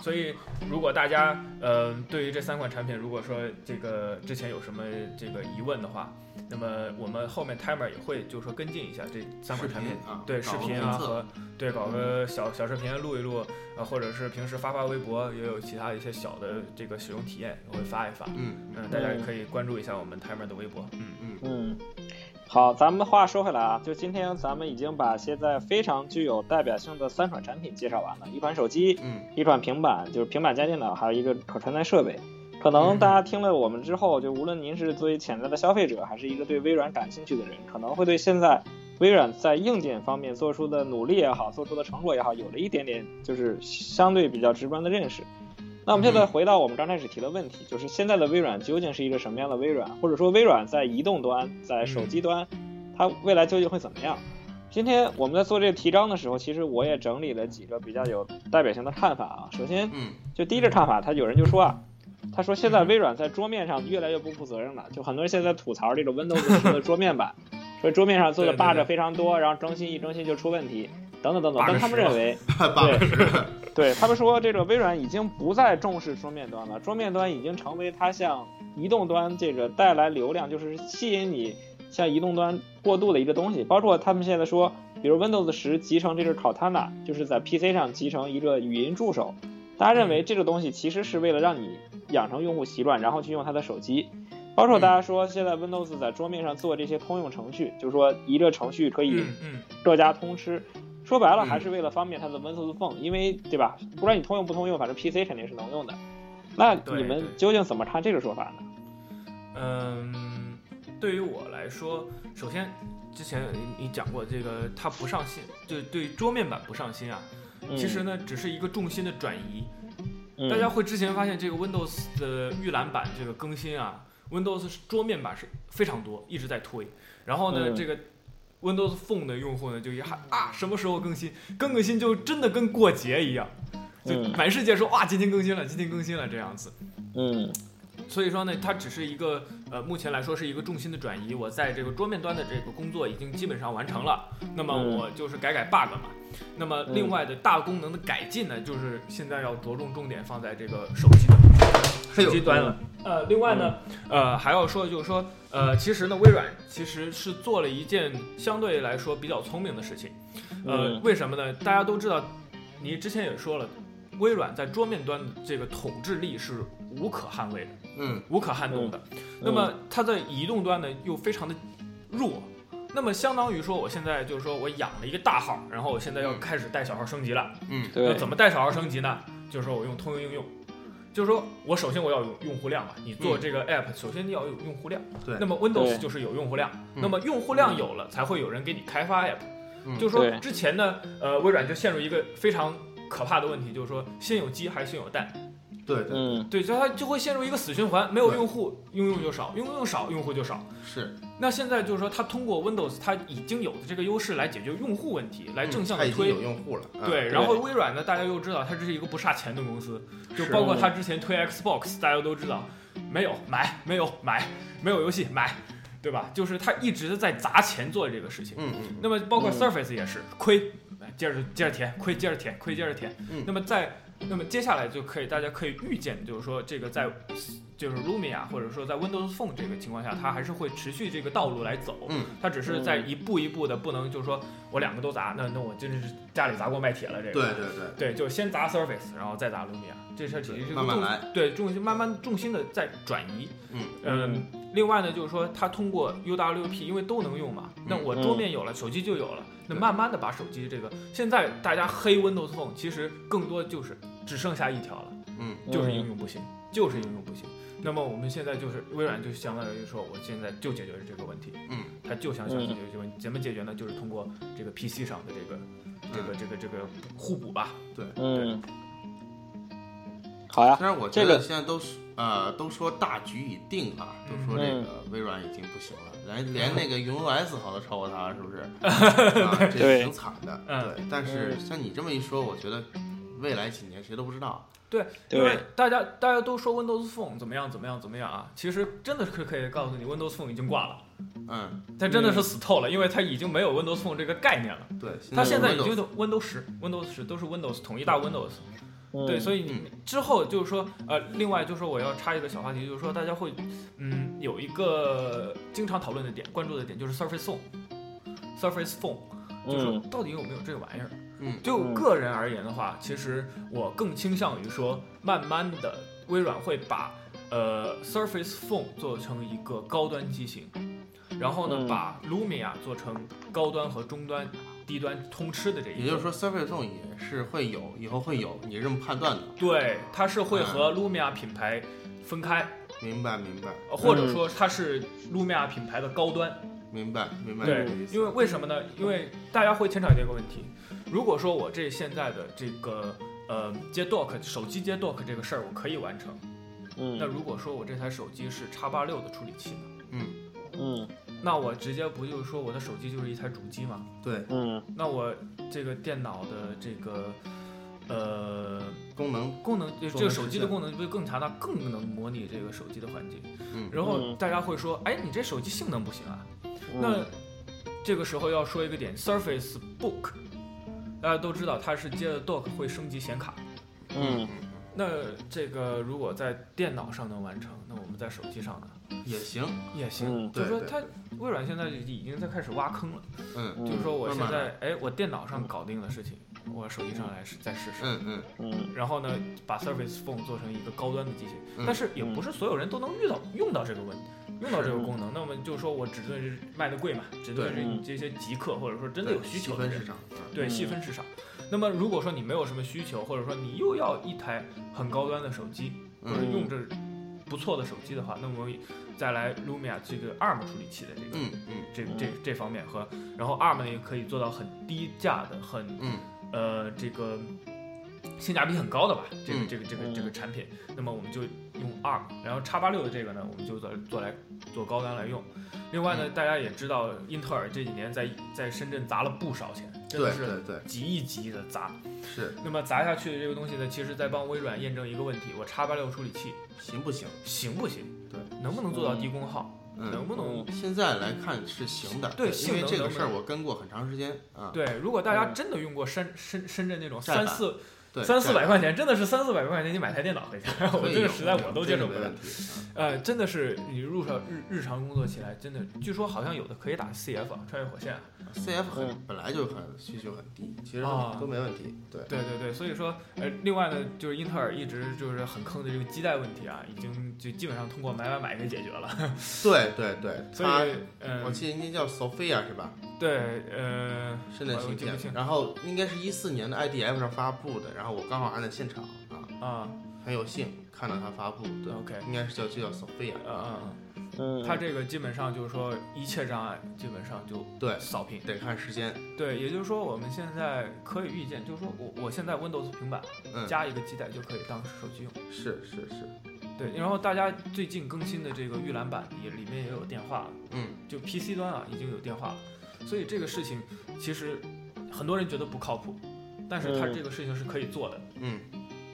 所以如果大家呃对于这三款产品，如果说这个之前有什么这个疑问的话，那么我们后面 timer 也会就是说跟进一下这三视款产频品。啊，对视搞个频评啊测和对搞个小小视频录一录啊、或者是平时发发微博，也有其他一些小的这个使用体验，我会发一发。嗯嗯，大家也可以关注一下我们 Timer 的微博。嗯，嗯嗯，好，咱们话说回来啊，就今天咱们已经把现在非常具有代表性的三款产品介绍完了，一款手机，嗯一款平板，就是平板加电脑，还有一个可穿戴设备。可能大家听了我们之后，就无论您是作为潜在的消费者，还是一个对微软感兴趣的人，可能会对现在微软在硬件方面做出的努力也好，做出的成果也好，有了一点点就是相对比较直观的认识。那我们现在回到我们刚开始提的问题，就是现在的微软究竟是一个什么样的微软，或者说微软在移动端、在手机端，它未来究竟会怎么样？今天我们在做这个提纲的时候，其实我也整理了几个比较有代表性的看法啊。首先，嗯就第一个看法，他有人就说啊，他说现在微软在桌面上越来越不负责任了，就很多人现在吐槽这个 Windows 十的桌面版，说桌面上做的对对对 bug 非常多，然后更新一更新就出问题，等等等等。 bug 但他们十啊认为， ，bug 是，对他们说这个微软已经不再重视桌面端了，桌面端已经成为它向移动端这个带来流量，就是吸引你向移动端过渡的一个东西。包括他们现在说，比如 Windows 十集成这个 Cortana，就是在 PC 上集成一个语音助手。大家认为这个东西其实是为了让你养成用户习惯，然后去用它的手机。包括大家说，现在 Windows 在桌面上做这些通用程序，就是说一个程序可以嗯嗯，各家通吃。说白了，嗯还是为了方便它的 Windows Phone，、因为对吧？不管你通用不通用，反正 PC 肯定是能用的。那对你们对究竟怎么看这个说法呢？嗯，对于我来说，首先之前你讲过这个，它不上心，就对桌面版不上心啊。嗯、其实呢，只是一个重心的转移。嗯大家会之前发现这个 Windows 的预览版这个更新啊，Windows 是桌面版是非常多，一直在推。然后呢，嗯这个 Windows Phone 的用户呢，就一喊啊，什么时候更新？更更新就真的跟过节一样，就嗯满世界说哇，今天更新了，今天更新了这样子。嗯所以说呢，它只是一个呃，目前来说是一个重心的转移。我在这个桌面端的这个工作已经基本上完成了，那么嗯我就是改改 bug 嘛。那么另外的大功能的改进呢，就是现在要着重重点放在这个手机端，哎呦手机端了。呃，另外呢，呃，还要说的就是说，呃，其实呢，微软其实是做了一件相对来说比较聪明的事情。呃，嗯为什么呢？大家都知道，你之前也说了，微软在桌面端的这个统治力是无可捍卫的。嗯无可撼动的。那么它在移动端呢又非常的弱，那么相当于说我现在就是说我养了一个大号，然后我现在要嗯开始带小号升级了。嗯那对，怎么带小号升级呢？就是说我用通用应用。就是说，我首先我要有用户量嘛，你做嗯这个 app，首先你要有用户量。对那么 Windows 对就是有用户量，嗯那么用户量有了，才会有人给你开发 app。嗯就是说对之前呢，呃，微软就陷入一个非常可怕的问题，就是说先有鸡还是先有蛋？对对嗯对，所以它就会陷入一个死循环，没有用户，用用就少，用用少，用户就少。是，那现在就是说，它通过 Windows 它已经有的这个优势来解决用户问题，来正向嗯它的已经推。有用户了，啊对，然后微软呢，大家又知道它这是一个不差钱的公司，就是包哦括它之前推 Xbox，大家都知道，没有买，没有买，没有游戏买，对吧？就是它一直在砸钱做这个事情。嗯嗯那么包括嗯 Surface 也是亏，哎接着接着填，亏，接着填，亏，接着填。嗯那么在那么接下来就可以大家可以预见，就是说这个在就是 Lumia 或者说在 Windows Phone 这个情况下，它还是会持续这个道路来走。嗯，它只是在一步一步的，不能就是说我两个都砸，那那我真是家里砸锅卖铁了这个。对对对，对，就先砸 Surface，然后再砸 Lumia，这事儿其实是慢慢重来，对重心慢慢重心的在转移。嗯嗯另外呢，就是说它通过 UWP，因为都能用嘛，那我桌面有了，手机就有了，那嗯对慢慢的把手机这个，现在大家黑 Windows Phone，其实更多就是只剩下一条了，嗯就是应用不行，就是应用不行。那么我们现在就是微软就相当于说，我现在就解决了这个问题，嗯，他就想想解决这个问题，怎么解决呢？就是通过这个 PC 上的这个这嗯个这个这个互补吧，嗯，好呀，虽然我觉啊这得个现在都是呃都说大局已定啊，都说这嗯个微软已经不行了，连连那个云 OS 好都超过它了， 是不是？啊，这对挺惨的。嗯对，但是嗯像你这么一说，我觉得未来几年谁都不知道。对，对因为大家大家都说 Windows Phone 怎么样怎么样怎么样啊，其实真的是可以告诉你，Windows Phone 已经挂了，嗯，它真的是死透了，因为它已经没有 Windows Phone 这个概念了。对，它现在已 Windows- 经都 Windows 十、Windows 十都是 Windows 统一大 Windows，嗯对，所以嗯你之后就是说，呃，另外就是说我要插一个小话题，就是说大家会，嗯，有一个经常讨论的点、关注的点就是 Surface Phone，Surface Phone，就是说嗯到底有没有这玩意儿？嗯就嗯个人而言的话，其实我更倾向于说，慢慢的微软会把呃 Surface Phone 做成一个高端机型，然后呢、嗯把 Lumia 做成高端和中端、低端通吃的这一个。也就是说，Surface Phone 也是会有，以后会有，你是这么判断的？对，它是会嗯和 Lumia 品牌分开，明白，明白，呃或者说它是 Lumia 品牌的高端。嗯明白，明白对你的意，思。因为为什么呢？因为大家会牵扯到一个问题，如果说我这现在的这个呃接 dock 手机接 dock 这个事儿我可以完成，那嗯如果说我这台手机是 x 八六的处理器呢？嗯，嗯那我直接不就是说我的手机就是一台主机吗？对，嗯那我这个电脑的这个呃功能，功能，就实现这个手机的功能就更强大，更能模拟这个手机的环境。嗯然后嗯大家会说，哎，你这手机性能不行啊？那嗯这个时候要说一个点，Surface Book，大家都知道它是接了 Dock 会升级显卡。嗯那这个如果在电脑上能完成，那我们在手机上呢也行，也行。嗯就是说，对它微软现在已经在开始挖坑了。嗯就是说，我现慢慢在哎，我电脑上搞定的事情，我手机上来试再试试。嗯嗯，嗯然后呢，把 Surface Phone 做成一个高端的机型，嗯但是也嗯不是所有人都能遇到用到这个问用到这个是功能。那么就是说我只对是卖的贵嘛，只对对嗯是这些极客或者说真的对有需细求的分人市，场，嗯对嗯细分市场。那么如果说你没有什么需求，或者说你又要一台很高端的手机，或者嗯用着不错的手机的话，那么再来 Lumia 这个 ARM 处理器的这个嗯嗯这嗯这这方面和，然后 ARM 呢也可以做到很低价的、很嗯呃这个性价比很高的吧，这个嗯这个这个嗯这个产品，那么我们就用 ARM，然后 x 八六的这个呢，我们就做做来做高端来用。另外呢，大家也知道，英特尔这几年在在深圳砸了不少钱，真的对是对对，几亿级的砸。是那么砸下去的这个东西呢，其实在帮微软验证一个问题：我 x 八六处理器行不行？行不行？对，能不能做到低功耗？能嗯，不能现在来看是行的，对因性为能这个能不事儿能我跟过很长时间啊，对，如果大家嗯真的用过深深深圳那种再版三四对，三四这百块钱，真的是三四百块钱，你买台电脑 回家，可我以这个用实在我都接这受不个没了问。题，呃，真的是你入手日日常工作起来，真的，据说好像有的可以打 CF 啊，穿越火线啊。啊 CF 很嗯本来就很需求很低，其实啊都没问题，对，对对对，所以说，呃，另外呢，就是英特尔一直就是很坑的这个基带问题啊，已经就基本上通过买买买给解决了。 对对对，所它以，嗯、我记得应该叫 Sophia 是吧？对，呃，深圳我芯记不清片，然后应该是一四年的 IDF 上发布的，然后我刚好还在现场啊，啊，很有幸看到它发布，对 OK 应该是叫就叫 Sophia，呃，呃嗯，它这个基本上就是说一切障碍基本上就对，扫平。得看时间，对，也就是说，我们现在可以预见，就是说我我现在 Windows 平板嗯，加一个基带就可以当手机用。是是是，对，然后大家最近更新的这个预览版也里面也有电话了，嗯，就 PC 端啊已经有电话了，所以这个事情其实很多人觉得不靠谱，但是它嗯这个事情是可以做的。嗯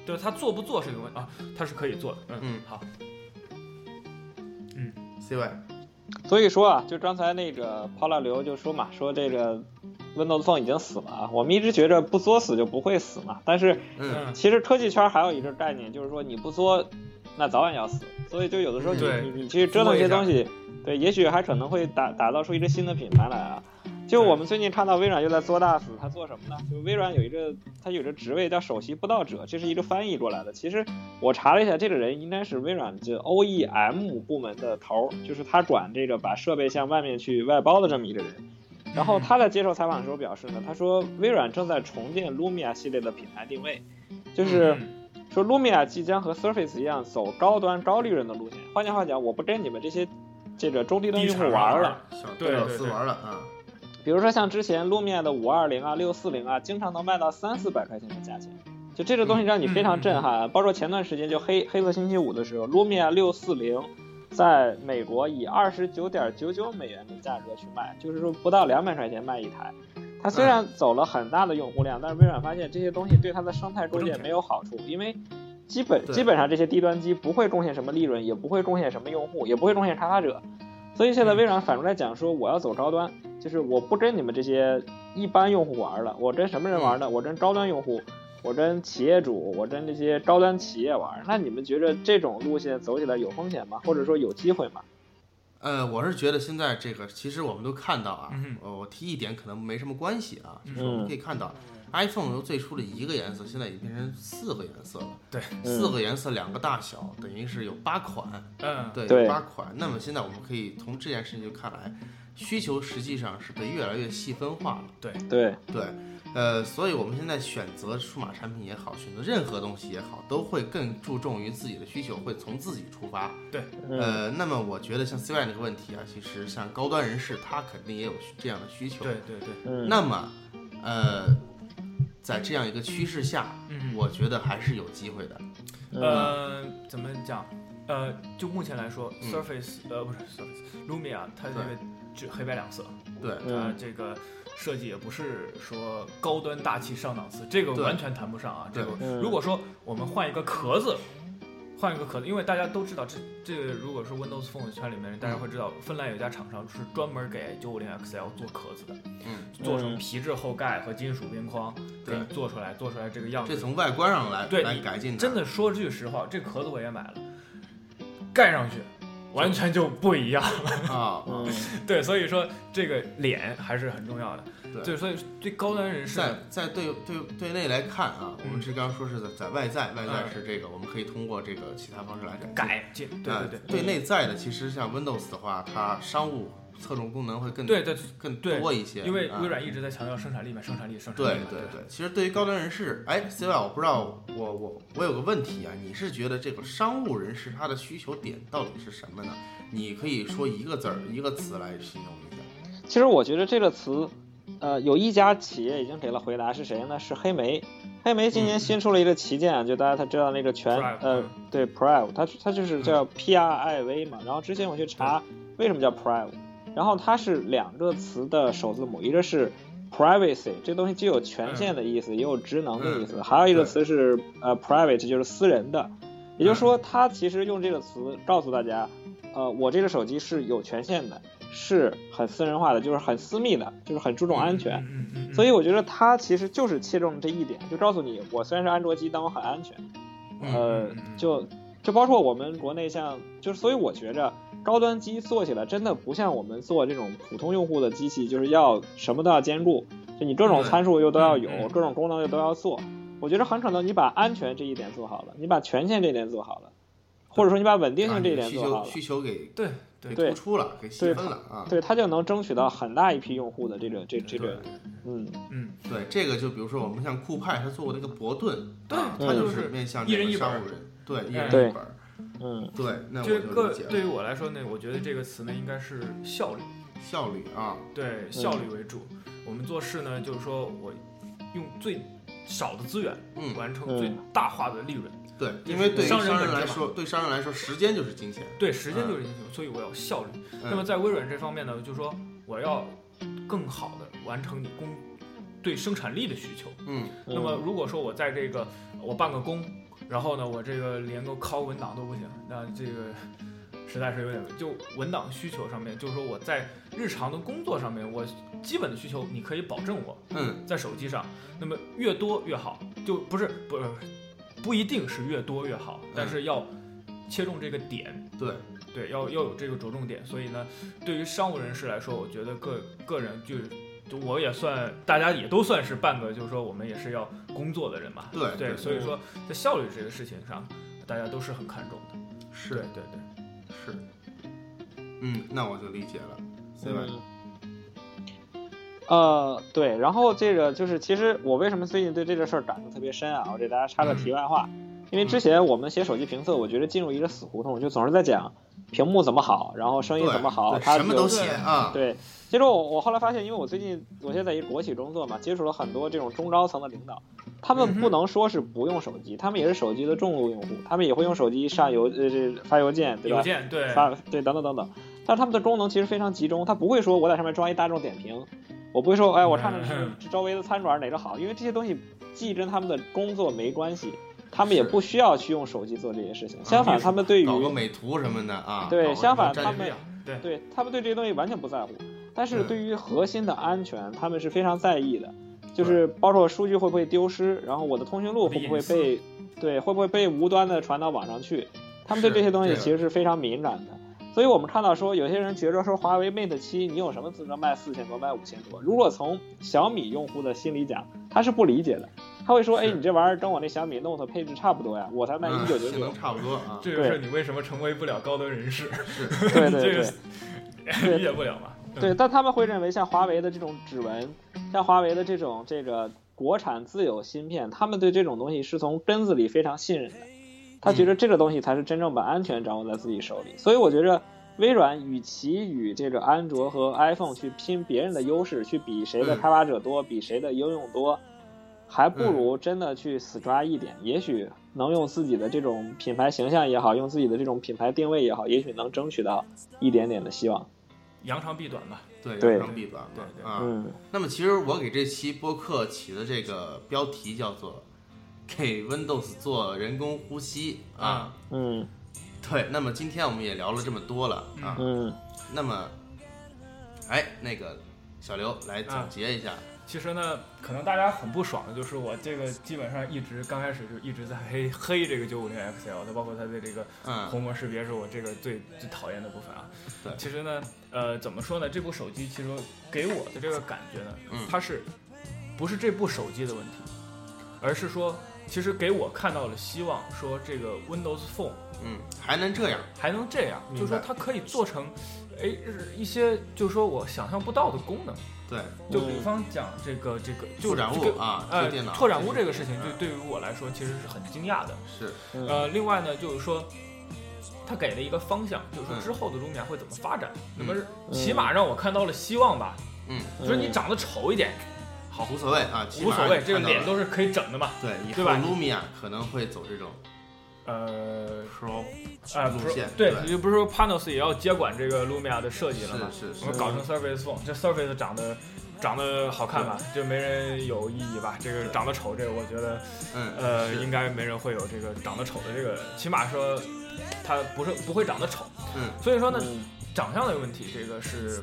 对，它做不做是个问啊，它是可以做的。嗯，嗯好， ，C Y，所以说啊，就刚才那个抛了流就说嘛，说这个 Windows Phone 已经死了啊。我们一直觉着不作死就不会死嘛，但是嗯，其实科技圈还有一个概念，就是说你不作，那早晚要死。所以就有的时候你对你你去折腾一些东西，对，也许还可能会打打造出一个新的品牌来啊。就我们最近看到微软又在做大死，它做什么呢？就微软有一个它有一个职位叫首席布道者，这是一个翻译过来的。其实我查了一下，这个人应该是微软这 OEM 部门的头儿，就是他管这个把设备向外面去外包的这么一个人。然嗯后他在接受采访的时候表示呢，他说微软正在重建 Lumia 系列的品牌定位，就是嗯说 Lumia 即将和 Surface 一样走高端高利润的路线。换句话讲，我不跟你们这些这个中低端低啊用户产玩了。了，小对小对四对玩了啊，比如说像之前 Lumia 的五二零啊、六四零啊，经常能卖到三四百块钱的价钱，就这个东西让你非常震撼。啊包括前段时间就黑黑色星期五的时候，Lumia 六四零在美国以二十九点九九美元的价格去卖，就是说不到两百块钱卖一台。它虽然走了很大的用户量，但是微软发现这些东西对它的生态构不挣建钱没有好处，因为基本对基本上这些低端机不会贡献什么利润，也不会贡献什么用户，也不会贡献开发者。所以现在微软反过来讲说，我要走高端，嗯就是我不跟你们这些一般用户玩了，我跟什么人玩呢？我跟高端用户，我跟企业主，我跟这些高端企业玩儿。那你们觉得这种路线走起来有风险吗？或者说有机会吗？呃，我是觉得现在这个，其实我们都看到啊嗯，呃我提一点可能没什么关系啊，就是嗯我们可以看到，iPhone 由最初的一个颜色，现在已经变成四个颜色了，嗯对，四个颜色两个大小，等于是有八款，嗯，对，对有八款。那么现在我们可以从这件事情就看来，需求实际上是被越来越细分化了。对，对，呃，所以我们现在选择数码产品也好，选择任何东西也好，都会更注重于自己的需求，会从自己出发。嗯，呃，那么我觉得像 C Y 这个问题啊，其实像高端人士他肯定也有需这样的需求。对，对对，嗯那么，呃，在这样一个趋势下，嗯，我觉得还是有机会的。嗯呃，怎么讲？呃，就目前来说嗯，Surface 呃不是 Surface，Lumia 它这对个只黑白两色，对，它嗯这个设计也不是说高端大气上档次，这个对完全谈不上啊。这个嗯如果说我们换一个壳子，换一个壳子，因为大家都知道这这个如果是 Windows Phone 圈里面，大家会知嗯道芬兰有一家厂商是专门给950 XL 做壳子的，嗯，做成嗯皮质后盖和金属边框，给对你做出来，做出来这个样这子。从外观上来对来你改进真的。的说句实话，这壳子我也买了，盖上去完全就不一样。啊，嗯对，所以说这个脸还是很重要的。对对，所以对高端人士呢，在在对对对内来看啊，我们嗯是刚刚说是在在外在，外在嗯是这个，我们可以通过这个其他方式来改进。改进，对呃对对。对内在的，其实像 Windows 的话，它商务侧重功能会更对对，更对多一些，因为啊微软一直在强调生产力嘛，生产力，生产对力嘛。对对，其实对于高端人士，哎，C Y，我不知道，我我我有个问题啊，你是觉得这个商务人士他的需求点到底是什么呢？你可以说一个字儿一个词来形容一下。 其实我觉得这个词，呃，有一家企业已经给了回答，是谁呢？是黑莓。黑莓今年新出了一个旗舰，就大家他知道那个全 Prive，呃嗯对 Prive，它它就是叫 P R I V 嘛。然后之前我去查为什么叫 Prive，然后它是两个词的首字母，一个是 privacy，这东西既有权限嗯的意思，也有职能的意思，还有一个词是呃 private，就是私人的。也就是嗯说，它其实用这个词告诉大家，呃，我这个手机是有权限的，是很私人化的，就是很私密的，就是很注重安全。嗯嗯嗯嗯。所以我觉得它其实就是切中这一点，就告诉你，我虽然是安卓机，但我很安全。呃嗯嗯嗯，就就包括我们国内像，就是所以我觉着高端机做起来真的不像我们做这种普通用户的机器，就是要什么都要兼顾，就你各种对参数又都要有嗯嗯，各种功能又都要做。我觉得很可能你把安全这一点做好了，你把权限这一点做好了，或者说你把稳定啊性这你一的点需做好求了，需求给对给突对对出了，给细对分了啊。对它就能争取到很大一批用户的这个这这对个嗯嗯，对，这个就比如说我们像酷派，他做过那个博顿，对啊嗯他就是面向一人这个一本商儿务人，对，一哎人对一本儿，嗯对，那我这就个理解了对于我来说呢，我觉得这个词呢应该是效率，效率啊，嗯对效率为主。我们做事呢，就是说我用最少的资源嗯，完成最大化的利润。对，就是因为对于商人商人本质来嘛说，对商人来说，时间就是金钱。对，时间就是金钱，所以我要效率。那么嗯在微软这方面呢，就是说我要更好的完成你工对生产力的需求。嗯，嗯那么如果说我在这个我办个工，然后呢我这个连个拷文档都不行，那这个实在是有点就文档需求上面，就是说我在日常的工作上面，我基本的需求你可以保证我嗯，在手机上，那么越多越好，就不是不不一定是越多越好，但是要切中这个点。对，对，要要有这个着重点。所以呢，对于商务人士来说，我觉得个个人就是，就我也算，大家也都算是半个，就是说我们也是要工作的人嘛。对对，对所以说在效率这个事情上，大家都是很看重的。是对对对，是，嗯，那我就理解了。C 吧？嗯呃，对，然后这个就是，其实我为什么最近对这个事儿感触特别深啊？我给大家插个题外话，因为之前我们写手机评测，我觉得进入一个死胡同，就总是在讲屏幕怎么好，然后声音对，怎么好，对它什么有都写啊。对，其实我我后来发现，因为我最近我现在在一国企工作嘛，接触了很多这种中高层的领导，他们嗯不能说是不用手机，他们也是手机的重度用户，他们也会用手机上邮呃这发邮件，对吧？啊邮件对，发对等等等等，但是他们的功能其实非常集中，他不会说我在上面装一大众点评，我不会说哎我看着嗯是周围的餐馆哪个好，因为这些东西既跟他们的工作没关系，他们也不需要去用手机做这些事情。相啊反，他们对于搞个美图什么的啊。对搞个相反什么他战们略啊对对他们对这些东西完全不在乎，但是嗯对于核心的安全，他们是非常在意的。就是包括数据会不会丢失，然后我的通讯录会不会隐私被，对，会不会被无端的传到网上去？他们对是这些东西这个其实是非常敏感的。所以我们看到说，有些人觉着说华为 Mate 七，你有什么资格卖四千多、卖五千多？如果从小米用户的心里讲，他是不理解的，他会说，是哎，你这玩意儿跟我那小米 Note 配置差不多呀，我才卖一九九性九能。差不多啊，这就是你为什么成为不了高端人士， 对对这对个。 理解不了嘛。嗯对，但他们会认为像华为的这种指纹，像华为的这种这个国产自有芯片，他们对这种东西是从根子里非常信任的，他觉得这个东西才是真正把安全掌握在自己手里。所以我觉着微软与其与这个安卓和 iPhone 去拼别人的优势，去比谁的嗯开发者多，比谁的应用多。还不如真的去死抓一点，也许能用自己的这种品牌形象也好，用自己的这种品牌定位也好，也许能争取到一点点的希望。扬长避短嘛，对，对扬长避短嘛对对啊。嗯，那么其实我给这期播客起的这个标题叫做“给 Windows 做人工呼吸”啊。嗯对，那么今天我们也聊了这么多了啊，嗯那么，哎，那个小刘来总结一下，其实呢，可能大家很不爽的就是我这个基本上一直刚开始就一直在黑黑这个九五零 XL 的，包括它的这个嗯虹膜识别是我这个最最讨厌的部分啊。对其实呢，呃，怎么说呢？这部手机其实给我的这个感觉呢，嗯它是不是这部手机的问题，而是说，其实给我看到了希望，说这个 Windows Phone 嗯，还能这样，还能这样，明白就是说它可以做成，哎，一些就是说我想象不到的功能。对，就比方讲这个这个就拓展嗯这物个啊，呃推电脑，拓展物这个事情，嗯对对于我来说其实是很惊讶的。是，嗯呃，另外呢，就是说，他给了一个方向，就是说之后的卢米亚会怎么发展。那么是起码让我看到了希望吧，嗯，就是你长得丑一点，好无所谓啊，起无码所谓，这个脸看到了都是可以整的嘛。对，以后对吧 Lumia 可能会走这种呃 Pro 呃，路不是线，对对，就不是说 Panos 也要接管这个卢米亚的设计了嘛？是是我们搞成 Surface Phone，这 Surface 长得长得好看吧？这没人有异议吧？这个对长得丑，这个我觉得是，嗯，呃，是应该没人会有这个长得丑的这个，起码说它不是不会长得丑。嗯，所以说呢，嗯长相的问题，这个是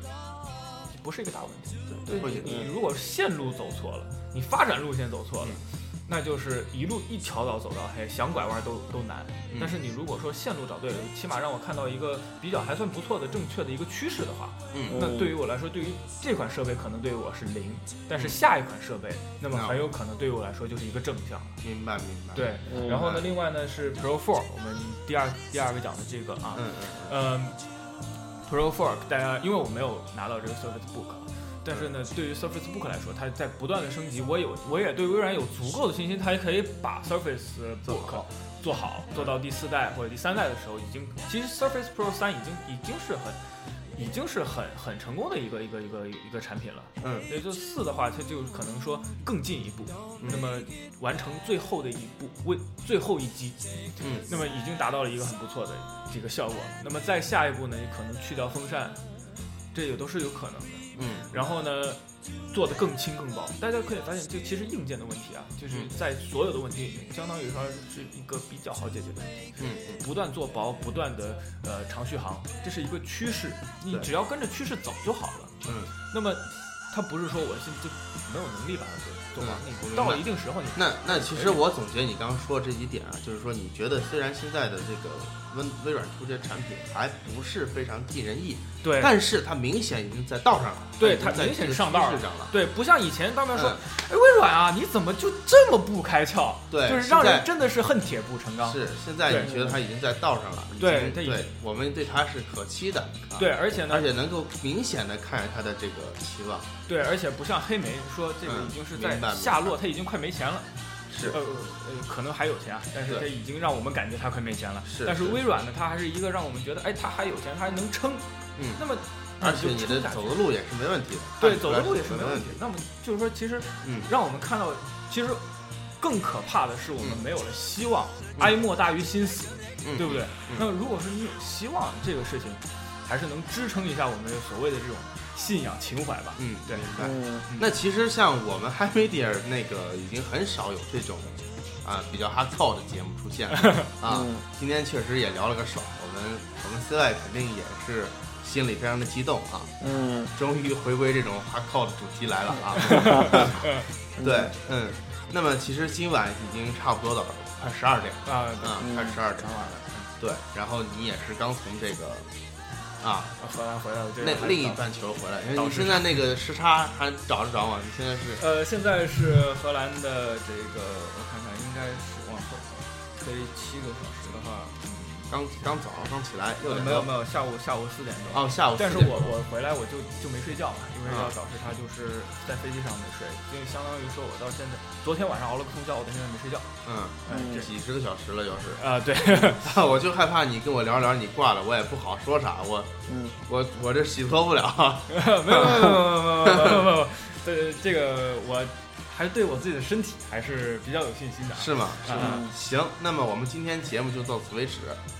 不是一个大问题？对对会你，你如果线路走错了，你发展路线走错了，嗯那就是一路一条道走到黑，想拐弯都都难。嗯但是你如果说线路找对了，起码让我看到一个比较还算不错的正确的一个趋势的话，嗯那对于我来说，对于这款设备可能对于我是零，嗯但是下一款设备，那么很有可能对于我来说就是一个正向了。明白明白，，对，嗯然后呢，另外呢是 Pro Four，我们第二第二个讲的这个啊，嗯嗯嗯，Pro Four，大家因为我没有拿到这个 Surface Book，但是呢，对于 Surface Book 来说，它在不断的升级，我有我也对微软有足够的信心，它也可以把 Surface 做 Book 好做好，做到第四代或者第三代的时候，已经其实 Surface Pro 三已经已经是很。已经是很很成功的一个一个一个一个产品了，嗯，也就四的话，它就可能说更进一步，嗯那么完成最后的一步，为最后一击，嗯那么已经达到了一个很不错的这个效果了。那么再下一步呢，可能去掉风扇，这也都是有可能的。嗯然后呢，做的更轻更薄。大家可以发现，这其实硬件的问题啊，就是在所有的问题里面，相当于说是一个比较好解决的问题。嗯不断做薄，不断的呃长续航，这是一个趋势，你对只要跟着趋势走就好了。嗯，那么，它不是说我现在就没有能力把它做做好，嗯我明白你到了一定时候你那那其实我总结你刚刚说这几点啊，就是说你觉得虽然现在的这个微微软出这产品还不是非常尽人意，对但是它明显已经在道上了，对它它已经在明显这个上道了趋势上了。对，不像以前当面说嗯，哎，微软啊，你怎么就这么不开窍？对就是让现人在真的是恨铁不成钢。是，现在你对觉得它已经在道上了，已对经它已对，我们对它是可期的，啊对，，而且呢而，且能够明显的看见它的这个期望，对，而且不像黑莓说这个嗯已经是明在白下落，它已经快没钱了。是呃呃，可能还有钱啊，但是对这已经让我们感觉它快没钱了。是但是是微软呢，它还是一个让我们觉得，哎，它还有钱，它还能撑。嗯那么，而且你的就撑下去走的路也是没问题的，对看出走来的路也是走没问问题。那么就是说，其实嗯让我们看到，其实更可怕的是我们嗯没有了希望，嗯哀莫大于心死。嗯，对不对？嗯那如果是你有希望，这个事情还是能支撑一下我们所谓的这种信仰情怀吧。嗯，对明白。嗯那其实像我们 Happy Dear 那个已经很少有这种啊比较哈操的节目出现了啊。 嗯今天确实也聊了个爽，我们我们 CY 肯定也是心里非常的激动啊，嗯，终于回归这种哈靠的主题来了啊。对，嗯，那么其实今晚已经差不多了，快十二点了啊，啊，快十二点了。对，然后你也是刚从这个啊对荷兰回来了，这个那还另一早半球回来，因为导你致现在那个时差还找着找吗？你现在是呃，现在是荷兰的这个，我看看，应该是往后飞七个小时的话，刚刚早上刚起来六呃点没有没多有，下午下午四点钟。哦，下午但是4点我我回来我就就没睡觉嘛，因为啊要早时差，就是在飞机上没睡，所以相当于说我到现在昨天晚上熬了个通宵，我到现在没睡觉。嗯哎，这几十个小时了，要是。啊对， 我就害怕你跟我聊聊，你挂了，我也不好说啥，我嗯我我这洗脱不 了。没有没有没有没有没有没有没有没有没有， 对这个我还是对我自己的身体还是比较有信心的啊。是吗？是吗？嗯行，那么我们今天节目就到此为止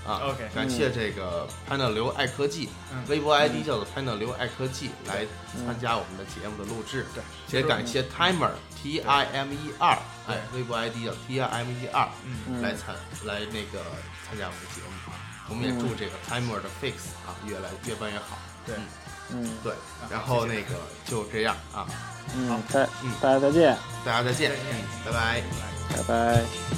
啊。 OK 感谢这个潘乐流爱科技，嗯微博 ID 叫做潘乐流爱科技来参加我们的节目的录制。对，也感谢 Timer T I M E R，哎，微博 ID 叫 T I M E R，嗯，嗯来参来那个参加我们的节目啊。我们也嗯祝这个 Timer 的 Fix 啊越来越办越好。对嗯嗯对，然后啊谢那谢个就这样啊，嗯，大嗯大家再见，大家再见，再见嗯，拜拜。拜拜。拜